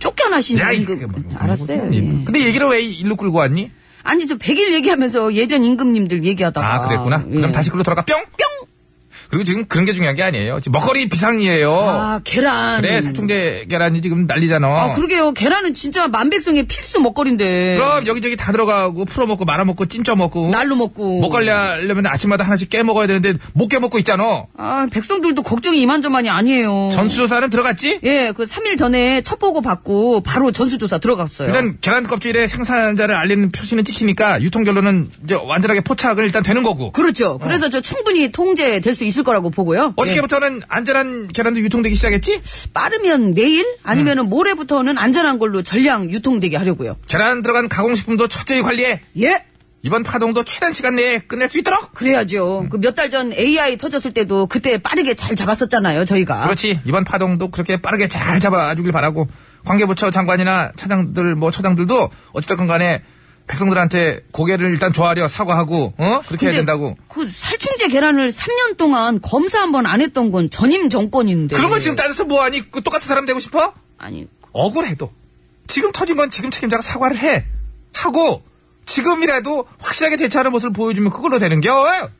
Speaker 2: 쫓겨나신
Speaker 1: 야, 이게
Speaker 2: 임금
Speaker 1: 뭐, 뭐,
Speaker 2: 알았어요. 예.
Speaker 1: 근데 얘기를 왜 일로 끌고 왔니?
Speaker 2: 아니 저 100일 얘기하면서 예전 임금님들 얘기하다가
Speaker 1: 아, 그랬구나.
Speaker 2: 예.
Speaker 1: 그럼 다시 글로 돌아가 뿅.
Speaker 2: 뿅.
Speaker 1: 그리고 지금 그런 게 중요한 게 아니에요. 지금 먹거리 비상이에요.
Speaker 2: 아 계란.
Speaker 1: 그래 사총대 계란이 지금 난리잖아.
Speaker 2: 아 그러게요. 계란은 진짜 만백성의 필수 먹거리인데.
Speaker 1: 그럼 여기저기 다 들어가고 풀어먹고 말아먹고 찜쪄먹고
Speaker 2: 날로 먹고.
Speaker 1: 못 걸려려면 아침마다 하나씩 깨먹어야 되는데 못 깨먹고 있잖아.
Speaker 2: 아 백성들도 걱정이 이만저만이 아니에요.
Speaker 1: 전수조사는 들어갔지?
Speaker 2: 예, 그 3일 전에 첫 보고 받고 바로 전수조사 들어갔어요.
Speaker 1: 일단 계란 껍질에 생산자를 알리는 표시는 찍히니까 유통 결론은 이제 완전하게 포착은 일단 되는 거고.
Speaker 2: 그렇죠. 그래서 저 충분히 통제될 수 있을 거라고 보고요.
Speaker 1: 어. 어저께부터는 안전한 계란도 유통되기 시작했지?
Speaker 2: 빠르면 내일 아니면은
Speaker 1: 음.
Speaker 2: 모레부터는 안전한 걸로 전량 유통되게 하려고요.
Speaker 1: 계란 들어간 가공식품도 철저히 관리해.
Speaker 2: 예.
Speaker 1: 이번 파동도 최단 시간 내에 끝낼 수 있도록.
Speaker 2: 그래야죠.
Speaker 1: 음.
Speaker 2: 그 몇 달 전 AI 터졌을 때도 그때 빠르게 잘 잡았었잖아요, 저희가.
Speaker 1: 그렇지. 이번 파동도 그렇게 빠르게 잘 잡아주길 바라고 관계부처 장관이나 차장들 뭐 처장들도 어쨌든 간에 백성들한테 고개를 일단 조아려 사과하고 어 그렇게 해야
Speaker 2: 근데
Speaker 1: 된다고.
Speaker 2: 그 살충제 계란을 3년 동안 검사 한 번 안 했던 건 전임 정권인데.
Speaker 1: 그런 걸 지금 따져서 뭐하니? 그 똑같은 사람 되고 싶어?
Speaker 2: 아니,
Speaker 1: 억울해도 지금 터진 건 지금 책임자가 사과를 해 하고 지금이라도 확실하게 대처하는 모습을 보여주면 그걸로 되는겨.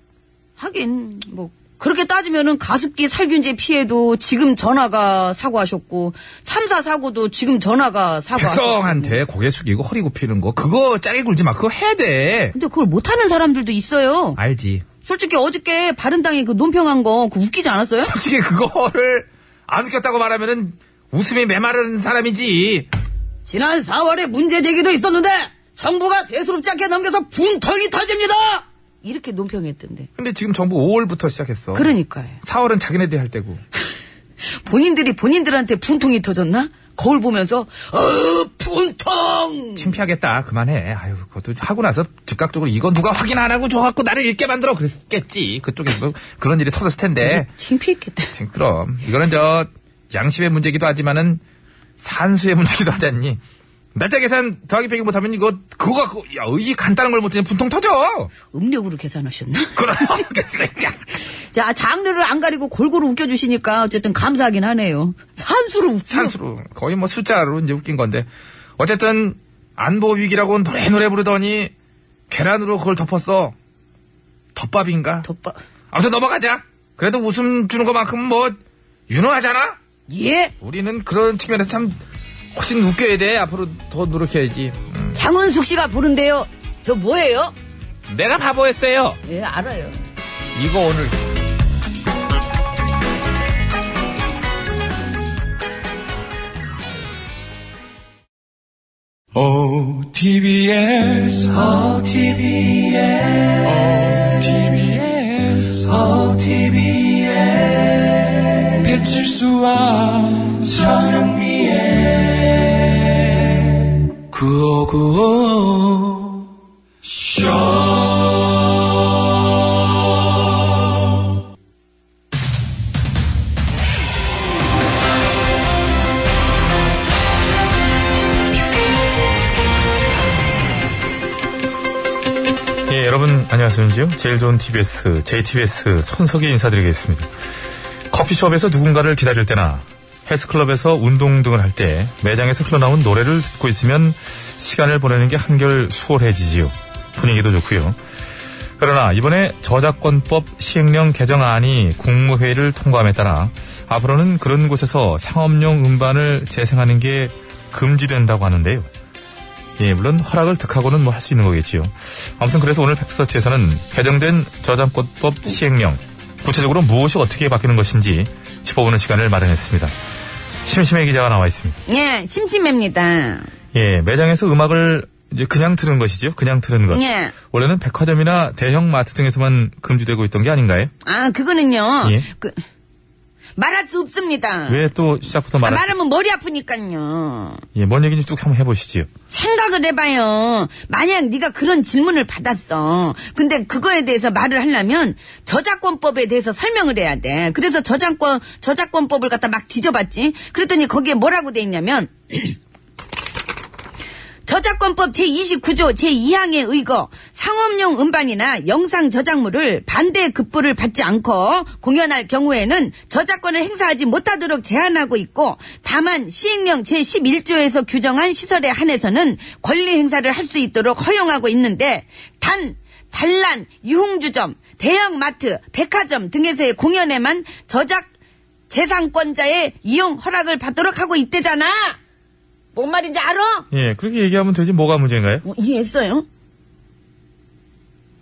Speaker 2: 하긴 뭐 그렇게 따지면은 가습기 살균제 피해도 지금 전화가 사과하셨고 참사 사고도 지금 전화가 사과하셨고
Speaker 1: 백성한테 고개 숙이고 허리 굽히는 거 그거 짜게 굴지 마. 그거 해야 돼.
Speaker 2: 근데 그걸 못하는 사람들도 있어요.
Speaker 1: 알지.
Speaker 2: 솔직히 어저께 바른당이 그 논평한 거 그거 웃기지 않았어요?
Speaker 1: 솔직히 그거를 안 웃겼다고 말하면은 웃음이 메마른 사람이지.
Speaker 2: 지난 4월에 문제 제기도 있었는데 정부가 대수롭지 않게 넘겨서 분통이 터집니다. 이렇게 논평했던데.
Speaker 1: 근데 지금 정부 5월부터 시작했어.
Speaker 2: 그러니까요.
Speaker 1: 4월은 자기네들이 할 때고.
Speaker 2: 본인들이 본인들한테 분통이 터졌나? 거울 보면서 어 분통.
Speaker 1: 창피하겠다. 그만해. 아유, 그것도 하고 나서 즉각적으로 이건 누가 확인 안 하고 줘갖고 나를 읽게 만들어. 그랬겠지. 그쪽에서 뭐 그런 일이 터졌을 텐데.
Speaker 2: 창피했겠다.
Speaker 1: 참, 그럼. 이거는 저, 양심의 문제기도 하지만은 산수의 문제기도 하지 않니? 날짜 계산 더하기 빼기 못하면 이거, 그거가, 그- 야, 이 간단한 걸 못하면 분통 터져!
Speaker 2: 음력으로 계산하셨나?
Speaker 1: 그럼.
Speaker 2: 자, 아, 장르를 안 가리고 골고루 웃겨주시니까 어쨌든 감사하긴 하네요. 산수로 웃겨.
Speaker 1: 산수로 거의 뭐 숫자로 이제 웃긴 건데 어쨌든 안보 위기라고 노래 노래 부르더니 계란으로 그걸 덮었어 덮밥인가
Speaker 2: 덮밥.
Speaker 1: 아무튼 넘어가자 그래도 웃음 주는 것만큼 뭐 유능하잖아.
Speaker 2: 예.
Speaker 1: 우리는 그런 측면에서 참 훨씬 웃겨야 돼. 앞으로 더 노력해야지.
Speaker 2: 장은숙 씨가 부른대요. 저 뭐예요?
Speaker 1: 내가 바보였어요.
Speaker 2: 예, 알아요.
Speaker 1: 이거 오늘
Speaker 4: 어, OTBS, 어, OTBS, OTBS, OTBS. 배칠수와 저녁미에 9595
Speaker 3: 예, 여러분 안녕하세요. 제일 좋은 TBS, JTBS 손석희 인사드리겠습니다. 커피숍에서 누군가를 기다릴 때나 헬스클럽에서 운동 등을 할 때 매장에서 흘러나온 노래를 듣고 있으면 시간을 보내는 게 한결 수월해지지요. 분위기도 좋고요. 그러나 이번에 저작권법 시행령 개정안이 국무회의를 통과함에 따라 앞으로는 그런 곳에서 상업용 음반을 재생하는 게 금지된다고 하는데요. 예, 물론 허락을 득하고는 뭐 할 수 있는 거겠지요. 아무튼 그래서 오늘 팩트서치에서는 개정된 저작권법 시행령, 구체적으로 무엇이 어떻게 바뀌는 것인지 짚어보는 시간을 마련했습니다. 심심해 기자가 나와 있습니다.
Speaker 2: 예, 심심합니다.
Speaker 3: 예, 매장에서 음악을 이제 그냥 트는 것이죠. 그냥 트는 것.
Speaker 2: 예.
Speaker 3: 원래는 백화점이나 대형 마트 등에서만 금지되고 있던 게 아닌가요?
Speaker 2: 아, 그거는요.
Speaker 3: 예.
Speaker 2: 그, 말할 수 없습니다. 아,
Speaker 3: 왜 또 시작부터 말하...
Speaker 2: 말하면 머리 아프니까요.
Speaker 3: 예, 뭔 얘기인지 쭉 한번 해보시지요.
Speaker 2: 생각을 해봐요. 만약 네가 그런 질문을 받았어. 근데 그거에 대해서 말을 하려면 저작권법에 대해서 설명을 해야 돼. 그래서 저작권 저작권법을 갖다 막 뒤져봤지. 그랬더니 거기에 뭐라고 돼 있냐면 저작권법 제29조 제2항에 의거 상업용 음반이나 영상 저작물을 반대 급부를 받지 않고 공연할 경우에는 저작권을 행사하지 못하도록 제한하고 있고 다만 시행령 제11조에서 규정한 시설에 한해서는 권리 행사를 할 수 있도록 허용하고 있는데 단 단란, 유흥주점, 대형마트, 백화점 등에서의 공연에만 저작 재산권자의 이용 허락을 받도록 하고 있대잖아. 뭔 말인지 알아?
Speaker 3: 예, 그렇게 얘기하면 되지 뭐가 문제인가요?
Speaker 2: 어, 이해했어요?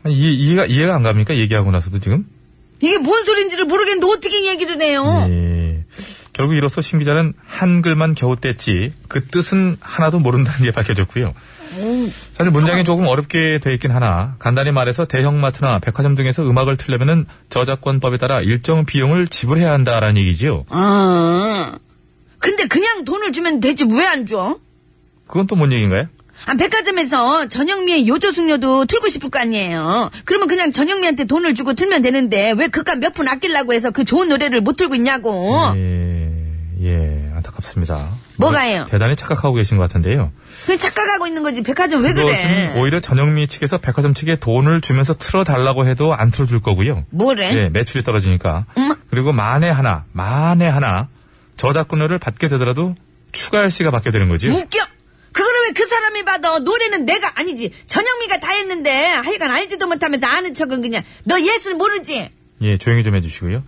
Speaker 3: 아니, 이해, 이해가, 이해가 안 갑니까? 얘기하고 나서도 지금?
Speaker 2: 이게 뭔 소린지를 모르겠는데 어떻게 얘기를 해요?
Speaker 3: 예. 결국 이로써 심 기자는 한글만 겨우 뗐지 그 뜻은 하나도 모른다는 게 밝혀졌고요.
Speaker 2: 음.
Speaker 3: 사실 문장이 조금 어렵게 돼 있긴 하나 간단히 말해서 대형마트나 백화점 등에서 음악을 틀려면은 저작권법에 따라 일정 비용을 지불해야 한다라는 얘기지요.
Speaker 2: 아. 근데 그냥 돈을 주면 되지 왜 안 줘?
Speaker 3: 그건 또 뭔 얘기인가요?
Speaker 2: 아, 백화점에서 전영미의 요조숙녀도 틀고 싶을 거 아니에요. 그러면 그냥 전영미한테 돈을 주고 틀면 되는데 왜 그깟 몇 푼 아끼려고 해서 그 좋은 노래를 못 틀고 있냐고.
Speaker 3: 예, 예, 안타깝습니다.
Speaker 2: 어. 뭐가요?
Speaker 3: 대단히 착각하고 계신 것 같은데요.
Speaker 2: 그냥 착각하고 있는 거지. 백화점 왜
Speaker 3: 그것은
Speaker 2: 그래?
Speaker 3: 오히려 전영미 측에서 백화점 측에 돈을 주면서 틀어달라고 해도 안 틀어줄 거고요.
Speaker 2: 뭐래?
Speaker 3: 예, 매출이 떨어지니까.
Speaker 2: 음.
Speaker 3: 그리고 만에 하나, 만에 하나 저작권료를 받게 되더라도 추가할 시가 받게 되는 거지.
Speaker 2: 웃겨! 그거를 왜 그 사람이 받아? 노래는 내가 아니지. 전영미가 다 했는데, 하여간 알지도 못하면서 아는 척은 그냥, 너 예술 모르지?
Speaker 3: 예, 조용히 좀 해주시고요.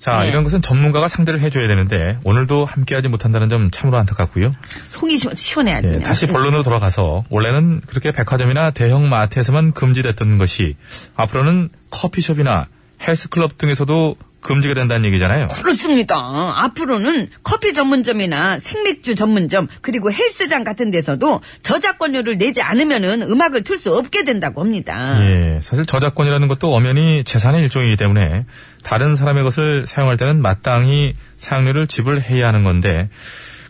Speaker 3: 자,
Speaker 2: 네.
Speaker 3: 이런 것은 전문가가 상대를 해줘야 되는데 오늘도 함께하지 못한다는 점 참으로 안타깝고요.
Speaker 2: 속이 시원, 시원해야
Speaker 3: 예,
Speaker 2: 돼.
Speaker 3: 다시 본론으로 돌아가서 원래는 그렇게 백화점이나 대형 마트에서만 금지됐던 것이 앞으로는 커피숍이나 헬스클럽 등에서도 금지가 된다는 얘기잖아요.
Speaker 2: 그렇습니다. 앞으로는 커피 전문점이나 생맥주 전문점, 그리고 헬스장 같은 데서도 저작권료를 내지 않으면은 음악을 틀 수 없게 된다고 합니다.
Speaker 3: 예, 사실 저작권이라는 것도 엄연히 재산의 일종이기 때문에 다른 사람의 것을 사용할 때는 마땅히 사용료를 지불해야 하는 건데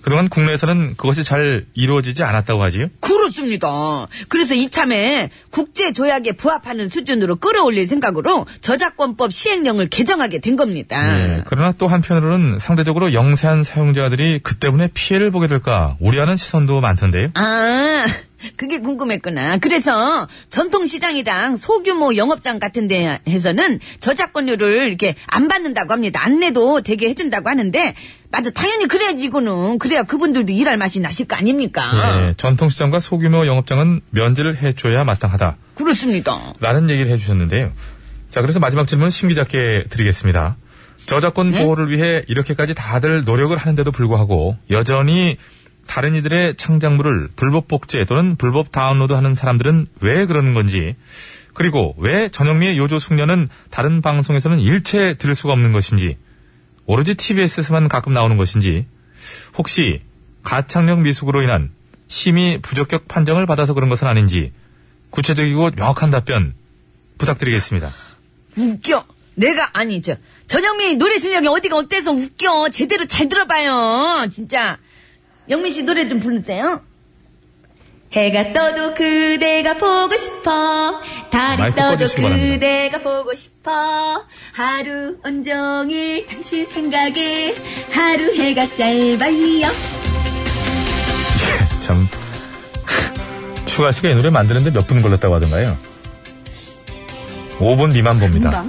Speaker 3: 그동안 국내에서는 그것이 잘 이루어지지 않았다고 하지요.
Speaker 2: 그렇습니다. 그래서 이참에 국제 조약에 부합하는 수준으로 끌어올릴 생각으로 저작권법 시행령을 개정하게 된 겁니다.
Speaker 3: 예, 그러나 또 한편으로는 상대적으로 영세한 사용자들이 그 때문에 피해를 보게 될까 우려하는 시선도 많던데요.
Speaker 2: 아, 그게 궁금했구나. 그래서 전통시장이랑 소규모 영업장 같은 데에서는 저작권료를 이렇게 안 받는다고 합니다. 안 내도 되게 해준다고 하는데, 맞아. 당연히 그래야지, 이거는. 그래야 그분들도 일할 맛이 나실 거 아닙니까?
Speaker 3: 예, 전통시장과 소규모 영업장은 면제를 해줘야 마땅하다.
Speaker 2: 그렇습니다.
Speaker 3: 라는 얘기를 해주셨는데요. 자, 그래서 마지막 질문 심기자께 드리겠습니다. 저작권 보호를 위해 이렇게까지 다들 노력을 하는데도 불구하고 여전히 다른 이들의 창작물을 불법 복제 또는 불법 다운로드하는 사람들은 왜 그러는 건지 그리고 왜 전영미의 요조 숙녀는 다른 방송에서는 일체 들을 수가 없는 것인지 오로지 TBS에서만 가끔 나오는 것인지 혹시 가창력 미숙으로 인한 심의 부적격 판정을 받아서 그런 것은 아닌지 구체적이고 명확한 답변 부탁드리겠습니다.
Speaker 2: 웃겨. 내가 아니 저 전영미 노래 실력이 어디가 어때서 웃겨. 제대로 잘 들어봐요. 진짜 영민 씨 노래 좀 부르세요. 해가 떠도 그대가 보고 싶어. 달이
Speaker 3: 마이크
Speaker 2: 떠도
Speaker 3: 꺼주시기 바랍니다.
Speaker 2: 그대가 보고 싶어. 하루 온종일 당신 생각에 하루 해가 짧아요.
Speaker 3: 참 추가 씨가 이 노래 만드는데 몇 분 걸렸다고 하던가요? 5분 미만 봅니다.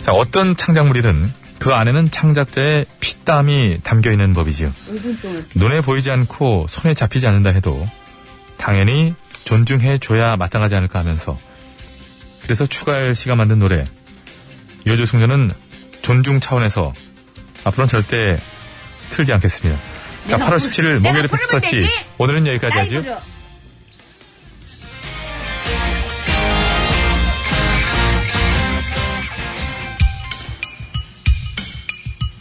Speaker 3: 자 어떤 창작물이든 그 안에는 창작자의 피땀이 담겨 있는 법이지요. 눈에 보이지 않고 손에 잡히지 않는다 해도 당연히 존중해 줘야 마땅하지 않을까 하면서 그래서 추가열 씨가 만든 노래 요조 숙녀는 존중 차원에서 앞으로는 절대 틀지 않겠습니다. 자,
Speaker 2: 내가
Speaker 3: 8월
Speaker 2: 부르-
Speaker 3: 17일
Speaker 2: 내가
Speaker 3: 목요일
Speaker 2: 부르면
Speaker 3: 팩스터치
Speaker 2: 되지?
Speaker 3: 오늘은 여기까지 하죠.
Speaker 2: 라이브로.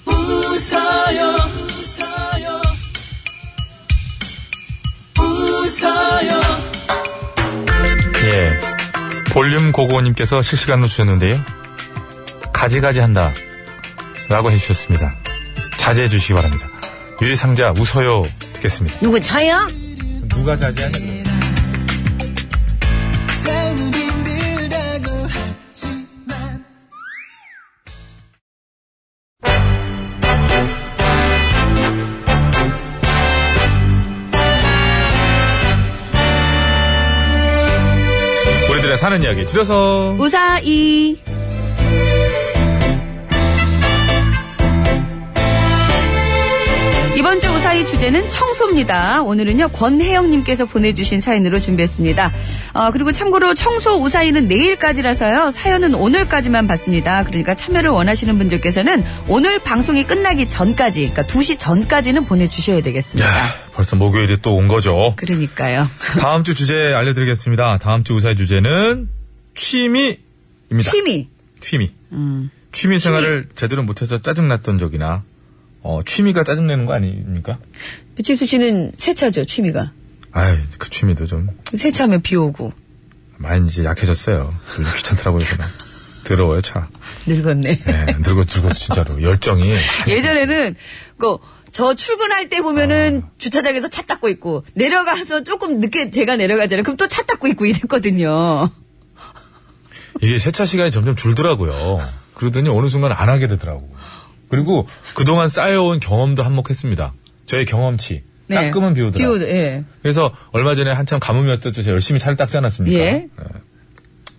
Speaker 4: 웃어요 웃어요 웃어요
Speaker 3: 예. 볼륨 고고님께서 실시간으로 주셨는데요. 가지가지 한다. 라고 해주셨습니다. 자제해 주시기 바랍니다. 유리상자 웃어요. 듣겠습니다.
Speaker 2: 누구 저요?
Speaker 3: 누가 자제하냐?
Speaker 4: 삶은 힘들다고 하지만
Speaker 3: 우리들의 사는 이야기 줄여서.
Speaker 2: 우사이. 이번 주 우사이 주제는 청소입니다. 오늘은요, 권혜영님께서 보내주신 사연으로 준비했습니다. 어, 그리고 참고로 청소 우사이는 내일까지라서요, 사연은 오늘까지만 받습니다. 그러니까 참여를 원하시는 분들께서는 오늘 방송이 끝나기 전까지, 그러니까 2시 전까지는 보내주셔야 되겠습니다.
Speaker 3: 벌써 목요일이 또 온 거죠.
Speaker 2: 그러니까요.
Speaker 3: 다음 주 주제 알려드리겠습니다. 다음 주 의사의 주제는 취미입니다. 음.
Speaker 2: 취미.
Speaker 3: 취미. 취미 생활을 제대로 못해서 짜증났던 적이나, 어, 취미가 짜증내는 거 아닙니까?
Speaker 9: 배치수 씨는 세차죠, 취미가.
Speaker 3: 아유, 그 취미도 좀
Speaker 9: 세차하면 비 오고.
Speaker 3: 많이 이제 약해졌어요. 요즘 귀찮더라고요, 저는. 더러워요, 차.
Speaker 9: 늙었네.
Speaker 3: 예, 늙어, 늙어, 진짜로. 열정이.
Speaker 9: 예전에는 그 저 출근할 때
Speaker 3: 아.
Speaker 9: 보면은 주차장에서 차 닦고 있고 내려가서 조금 늦게 제가 내려가잖아요. 그럼 또 차 닦고 있고 이랬거든요.
Speaker 3: 이게 세차 시간이 점점 줄더라고요. 그러더니 어느 순간 안 하게 되더라고. 그리고 그동안 쌓여온 경험도 한몫했습니다. 저의 경험치.
Speaker 9: 네.
Speaker 3: 따끔은 비오더라.
Speaker 9: 비오더- 예.
Speaker 3: 그래서 얼마 전에 한참 가뭄이었을 때 제가 열심히 차를 닦지 않았습니까?
Speaker 9: 예.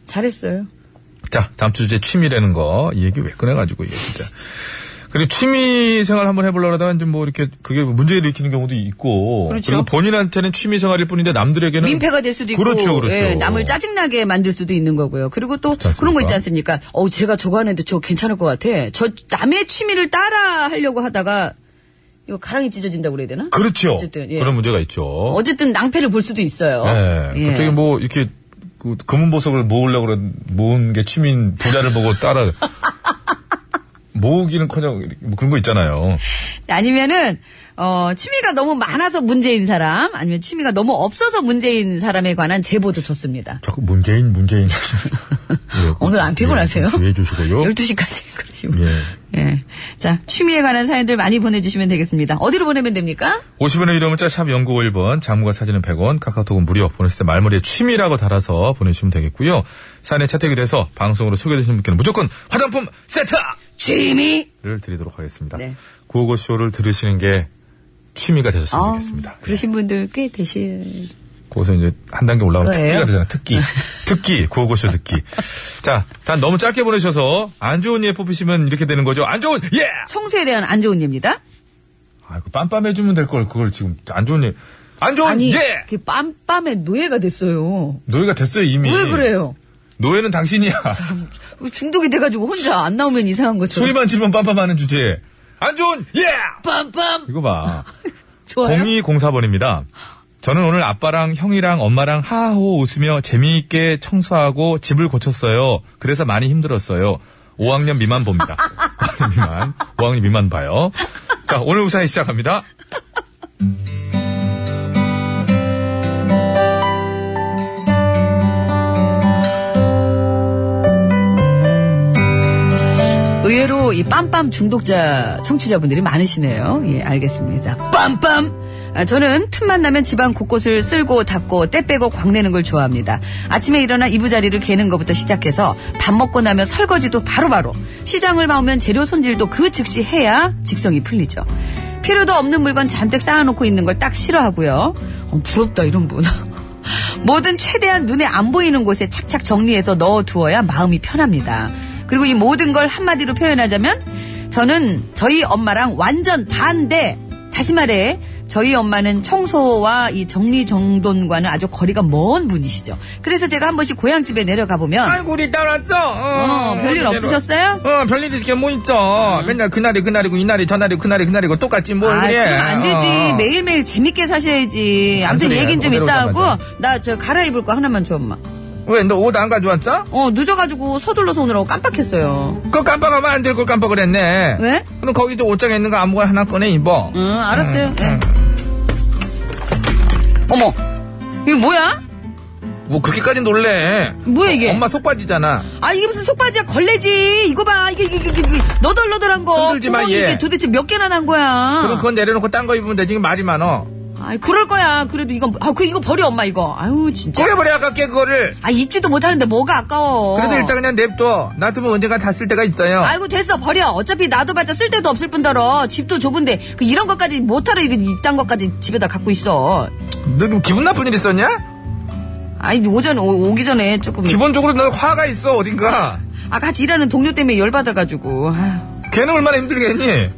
Speaker 9: 잘했어요.
Speaker 3: 자, 다음 주 주제 취미라는 거, 이 얘기 왜 꺼내가지고, 이게 진짜. 그리고 취미 생활 한번 해보려고 하다가 이제 뭐 이렇게 그게 문제 일으키는 경우도 있고.
Speaker 9: 그렇죠.
Speaker 3: 리고 본인한테는 취미 생활일 뿐인데 남들에게는.
Speaker 9: 민폐가 될 수도 있고
Speaker 3: 음. 그렇죠, 그렇죠.
Speaker 9: 예, 남을 짜증나게 만들 수도 있는 거고요. 그리고 또
Speaker 3: 않습니까?
Speaker 9: 그런 거 있지 않습니까? 어, 제가 저거 하는데 저거 괜찮을 것 같아. 저 남의 취미를 따라 하려고 하다가 이거 가랑이 찢어진다고 그래야 되나?
Speaker 3: 그렇죠.
Speaker 9: 어쨌든, 예.
Speaker 3: 그런 문제가 있죠.
Speaker 9: 어쨌든 낭패를 볼 수도 있어요.
Speaker 3: 예.
Speaker 9: 예.
Speaker 3: 갑자기 뭐 이렇게 그 금은보석을 모으려고 그래, 모은 게 취미인 부자를 보고 따라. 모으기는 커녕 뭐 그런 거 있잖아요.
Speaker 9: 아니면은 어, 취미가 너무 많아서 문제인 사람 아니면 취미가 너무 없어서 문제인 사람에 관한 제보도 좋습니다.
Speaker 3: 자꾸 문재인, 문재인.
Speaker 9: 오늘 안 피곤하세요?
Speaker 3: 해 예, 주시고요.
Speaker 9: 12시까지 그러시고.
Speaker 3: 예.
Speaker 9: 예. 자, 취미에 관한 사연들 많이 보내주시면 되겠습니다. 어디로 보내면 됩니까?
Speaker 3: 50원의 유료 문자 샵 0951번 장무가 사진은 100원 카카오톡은 무료 보냈을 때 말머리에 취미라고 달아서 보내주시면 되겠고요. 사연에 채택이 돼서 방송으로 소개되시는 분께는 무조건 화장품 세트를
Speaker 9: 취미!
Speaker 3: 드리도록 하겠습니다.
Speaker 9: 네.
Speaker 3: 구호고쇼를 들으시는 게 취미가 되셨으면 좋겠습니다.
Speaker 9: 아, 어,
Speaker 3: 예.
Speaker 9: 그러신 분들 꽤 되실.
Speaker 3: 거기서 이제 한 단계 올라가면
Speaker 9: 그거예요? 네.
Speaker 3: 특기가 되잖아. 특기. 특기. 구호고쇼 특기. 자, 단 너무 짧게 보내셔서 안 좋은 예 뽑히시면 이렇게 되는 거죠. 안 좋은 예!
Speaker 9: 청소에 대한 안 좋은 예입니다.
Speaker 3: 아, 그 빰빰해주면 될 걸 그걸 지금 안 좋은 예. 안 좋은
Speaker 9: 아니,
Speaker 3: 예!
Speaker 9: 그 빰빰의 노예가 됐어요.
Speaker 3: 노예가 됐어요, 이미.
Speaker 9: 왜 그래요? 아,
Speaker 3: 노예는 당신이야.
Speaker 2: 중독이 돼가지고 혼자 안 나오면 이상한 것처럼.
Speaker 3: 소리만 지르면 빰빰하는 주제에 안 좋은 예.
Speaker 2: 빰빰!
Speaker 3: 이거 봐.
Speaker 2: 좋아요?
Speaker 3: 0204번입니다. 저는 오늘 아빠랑 형이랑 엄마랑 하하호 웃으며 재미있게 청소하고 집을 고쳤어요. 그래서 많이 힘들었어요. 5학년 미만 봅니다. 5학년 미만. 5학년 미만 봐요. 자, 오늘 우사히 시작합니다.
Speaker 2: 의외로 이 빰빰 중독자 청취자분들이 많으시네요. 예, 알겠습니다. 빰빰! 아, 저는 틈만 나면 집안 곳곳을 쓸고 닦고 때 빼고 광내는 걸 좋아합니다. 아침에 일어나 이부자리를 개는 것부터 시작해서 밥 먹고 나면 설거지도 바로바로 시장을 마오면 재료 손질도 그 즉시 해야 직성이 풀리죠. 필요도 없는 물건 잔뜩 쌓아놓고 있는 걸 딱 싫어하고요. 어, 부럽다 이런 분. 뭐든 최대한 눈에 안 보이는 곳에 착착 정리해서 넣어두어야 마음이 편합니다. 그리고 이 모든 걸 한마디로 표현하자면 저는 저희 엄마랑 완전 반대. 다시 말해 저희 엄마는 청소와 이 정리정돈과는 아주 거리가 먼 분이시죠. 그래서 제가 한 번씩 고향집에 내려가 보면
Speaker 1: 아이고 우리 딸 왔어.
Speaker 2: 어, 별일 없으셨어요? 음.
Speaker 1: 어, 별일 있게 뭐 있어. 맨날 그날이 그날이고 이날이 저날이 그날이 그날이고 똑같지 뭘
Speaker 2: 아,
Speaker 1: 그래.
Speaker 2: 그럼 안 되지.
Speaker 1: 어.
Speaker 2: 매일매일 재밌게 사셔야지. 아무튼
Speaker 1: 잔소리야,
Speaker 2: 얘긴 좀
Speaker 1: 이거
Speaker 2: 이따 하고
Speaker 1: 내려오자마자.
Speaker 2: 나 저 갈아입을 거 하나만 줘 엄마.
Speaker 1: 왜, 너 옷 안 가져왔어?
Speaker 2: 어 늦어가지고 서둘러서 오느라고 깜빡했어요.
Speaker 1: 그거 깜빡하면 안 될 걸 깜빡을 했네.
Speaker 2: 왜?
Speaker 1: 그럼 거기 저 옷장에 있는 거 아무거나 하나 꺼내 입어.
Speaker 2: 응 알았어요. 예. 어머 이거 뭐야?
Speaker 1: 뭐 그렇게까지 놀래.
Speaker 2: 뭐야, 이게?
Speaker 1: 어, 엄마 속 빠지잖아.
Speaker 2: 아 이게 무슨 속바지야 걸레지 이거 봐 이게 이게 이게, 이게 너덜너덜한 거
Speaker 1: 흔들지 마,
Speaker 2: 구멍이
Speaker 1: 얘.
Speaker 2: 이게 도대체 몇 개나 난
Speaker 1: 그럼
Speaker 2: 거야
Speaker 1: 그건 내려놓고 딴 거 입으면 돼. 지금 말이 많어.
Speaker 2: 아 그럴 거야 그래도 이건 아그 이거 버려 엄마 이거 아유 진짜
Speaker 1: 꺼내버려, 아깝게 그거를.
Speaker 2: 아 입지도 못하는데 뭐가 아까워
Speaker 1: 그래도 일단 그냥 냅둬. 놔두면 언젠가 다 쓸 때가 있어요.
Speaker 2: 어. 아이고 됐어 버려 어차피 놔둬봤자 쓸데도 없을 뿐더러 집도 좁은데 그 이런 것까지 못하러 이런 이딴 것까지 집에다 갖고 있어
Speaker 1: 너 지금 기분 나쁜 일 있었냐?
Speaker 2: 아니 오전 오, 오기 전에 조금
Speaker 1: 기본적으로 너 화가 있어, 어딘가.
Speaker 2: 아 같이 일하는 동료 때문에 열받아가지고 아휴,
Speaker 1: 걔는 얼마나 힘들겠니?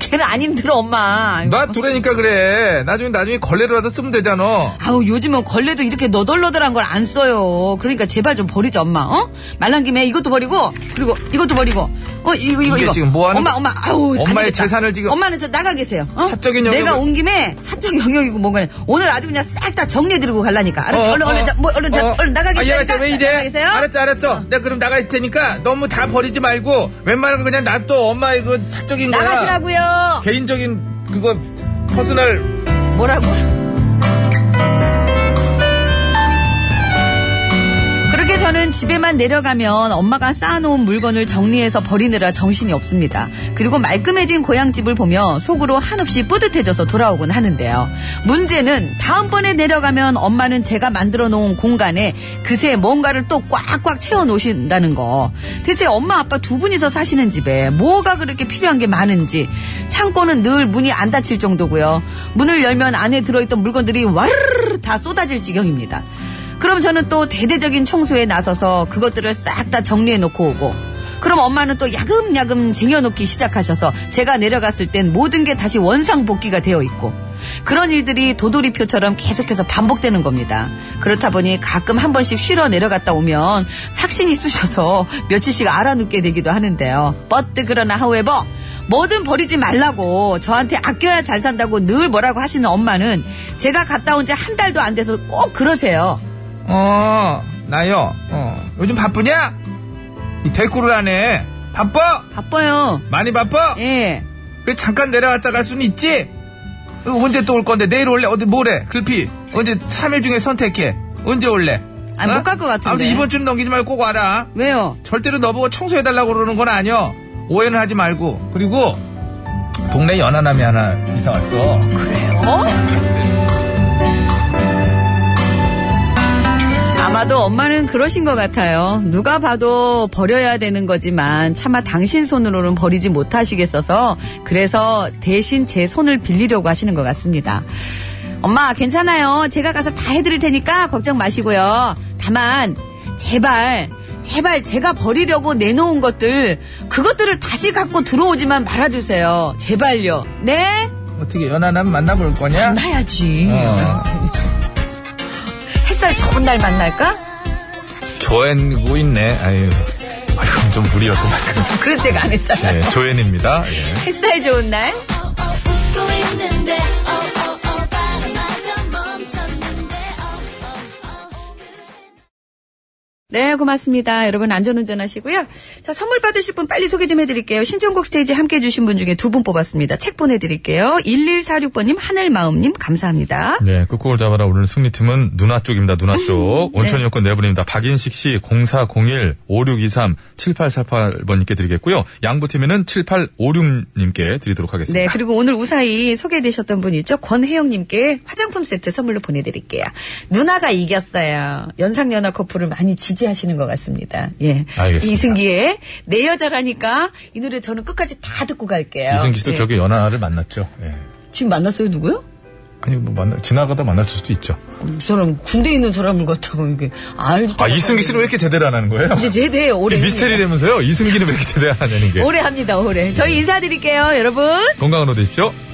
Speaker 2: 걔는 안 힘들어 엄마 아이고.
Speaker 1: 나 두래니까 그래. 나중에 나중에 걸레로라도 쓰면 되잖아.
Speaker 2: 아우 요즘은 걸레도 이렇게 너덜너덜한 걸 안 써요. 그러니까 제발 좀 버리자 엄마. 어? 말란 김에 이것도 버리고 그리고 이것도 버리고. 어 이거 이거
Speaker 1: 이게
Speaker 2: 이거.
Speaker 1: 지금 뭐 하는
Speaker 2: 엄마
Speaker 1: 거-
Speaker 2: 엄마 아우 안
Speaker 1: 엄마의
Speaker 2: 되겠다.
Speaker 1: 재산을 지금-
Speaker 2: 엄마는 저 나가 계세요. 어?
Speaker 1: 사적인 영역을-
Speaker 2: 내가 온 김에 사적 영역이고 뭔가 오늘 아주 그냥 싹 다 정리해 드리고 갈라니까. 알았지?
Speaker 1: 어,
Speaker 2: 얼른
Speaker 1: 어.
Speaker 2: 얼른 자, 뭐 얼른 자,
Speaker 1: 어.
Speaker 2: 얼른 나가
Speaker 1: 아,
Speaker 2: 계세요.
Speaker 1: 얘가 쟤왜
Speaker 2: 나가
Speaker 1: 이래?
Speaker 2: 계세요. 어.
Speaker 1: 알았죠, 알았죠. 내가 그럼 나가 있을 테니까 너무 다 버리지 말고 웬만한 거 그냥 놔둬. 엄마의 그 사적인 거야.
Speaker 2: 나가시라고요.
Speaker 1: 개인적인 그거 퍼스널
Speaker 2: 뭐라고? 그렇게 저는 집에만 내려가면 엄마가 쌓아놓은 물건을 정리해서 버리느라 정신이 없습니다. 그리고 말끔해진 고향집을 보며 속으로 한없이 뿌듯해져서 돌아오곤 하는데요. 문제는 다음번에 내려가면 엄마는 제가 만들어 놓은 공간에 그새 뭔가를 또 꽉꽉 채워 놓으신다는 거. 대체 엄마 아빠 두 분이서 사시는 집에 뭐가 그렇게 필요한 게 많은지 창고는 늘 문이 안 닫힐 정도고요. 문을 열면 안에 들어있던 물건들이 와르르 다 쏟아질 지경입니다. 그럼 저는 또 대대적인 청소에 나서서 그것들을 싹 다 정리해 놓고 오고 그럼 엄마는 또 야금야금 쟁여놓기 시작하셔서 제가 내려갔을 땐 모든 게 다시 원상복귀가 되어 있고 그런 일들이 도돌이표처럼 계속해서 반복되는 겁니다. 그렇다 보니 가끔 한 번씩 쉬러 내려갔다 오면 삭신이 쑤셔서 며칠씩 알아눕게 되기도 하는데요. 버트 그러나 하우에버 뭐든 버리지 말라고 저한테 아껴야 잘 산다고 늘 뭐라고 하시는 엄마는 제가 갔다 온 지 한 달도 안 돼서 꼭 그러세요.
Speaker 1: 어, 나요. 어. 요즘 바쁘냐? 이 대꾸를 하네. 바빠?
Speaker 2: 바빠요.
Speaker 1: 많이 바빠?
Speaker 2: 예.
Speaker 1: 그래, 잠깐 내려왔다 갈 수는 있지? 어, 언제 또 올 건데? 내일 올래? 어디 뭐래? 글피. 언제 3일 중에 선택해. 언제 올래? 어?
Speaker 2: 아니, 못갈것 같은데.
Speaker 1: 아무튼 이번 주는 넘기지 말고 꼭 와라.
Speaker 2: 왜요?
Speaker 1: 절대로 너보고 청소해달라고 그러는 건 아니여. 오해는 하지 말고. 그리고, 동네 연하남이 하나 이사 왔어.
Speaker 2: 아마도 엄마는 그러신 것 같아요. 누가 봐도 버려야 되는 거지만 차마 당신 손으로는 버리지 못하시겠어서 그래서 대신 제 손을 빌리려고 하시는 것 같습니다. 엄마 괜찮아요. 제가 가서 다 해드릴 테니까 걱정 마시고요. 다만 제발 제발 제가 버리려고 내놓은 것들 그것들을 다시 갖고 들어오지만 말아주세요. 제발요. 네?
Speaker 1: 어떻게 연하남 만나볼 거냐?
Speaker 2: 나야지.
Speaker 1: 어.
Speaker 2: 햇살 좋은 날 만날까?
Speaker 3: 조앤고 있네. 아유, 아유 좀 무리였구만.
Speaker 2: 그런 제가 안 했잖아.
Speaker 3: 네, 조앤입니다. 예.
Speaker 2: 햇살 좋은 날.
Speaker 10: 웃고 있는데 어어어 바람마저 멈췄는데 어어어
Speaker 2: 네, 고맙습니다. 여러분 안전운전 하시고요. 자, 선물 받으실 분 빨리 소개 좀 해드릴게요. 신청곡 스테이지 함께 해주신 분 중에 두 분 뽑았습니다. 책 보내드릴게요. 1146번님, 하늘마음님, 감사합니다.
Speaker 3: 네, 끝곡을 잡아라. 오늘 승리팀은 누나 쪽입니다. 누나
Speaker 2: 음,
Speaker 3: 쪽. 온천 여권 네 분입니다. 박인식 씨, 0401, 5623, 7848번님께 드리겠고요. 양보팀에는 7856님께 드리도록 하겠습니다.
Speaker 2: 네, 그리고 오늘 우사히 소개되셨던 분 있죠? 권혜영님께 화장품 세트 선물로 보내드릴게요. 누나가 이겼어요. 연상연하 커플을 많이 지지하시는 것 같습니다. 예.
Speaker 3: 알겠습니다.
Speaker 2: 이승기의 내 여자라니까 이 노래 저는 끝까지 다 듣고 갈게요.
Speaker 3: 이승기 씨도
Speaker 2: 예.
Speaker 3: 저기 연하를 만났죠. 예.
Speaker 2: 지금 만났어요, 누구요?
Speaker 3: 아니, 뭐, 만나, 지나가다 만났을 수도 있죠.
Speaker 2: 이 사람 군대 에 있는 사람을 갖다가 이게 알지도
Speaker 3: 아, 이승기 씨는 왜 이렇게 제대를 안 하는 거예요?
Speaker 2: 이제 제대 오래
Speaker 3: 이게 미스테리라면서요? 이승기는 왜 이렇게 제대를 안 하냐는 게. 예.
Speaker 2: 오래 합니다 오래 저희 인사드릴게요 여러분
Speaker 3: 건강으로 되십시오.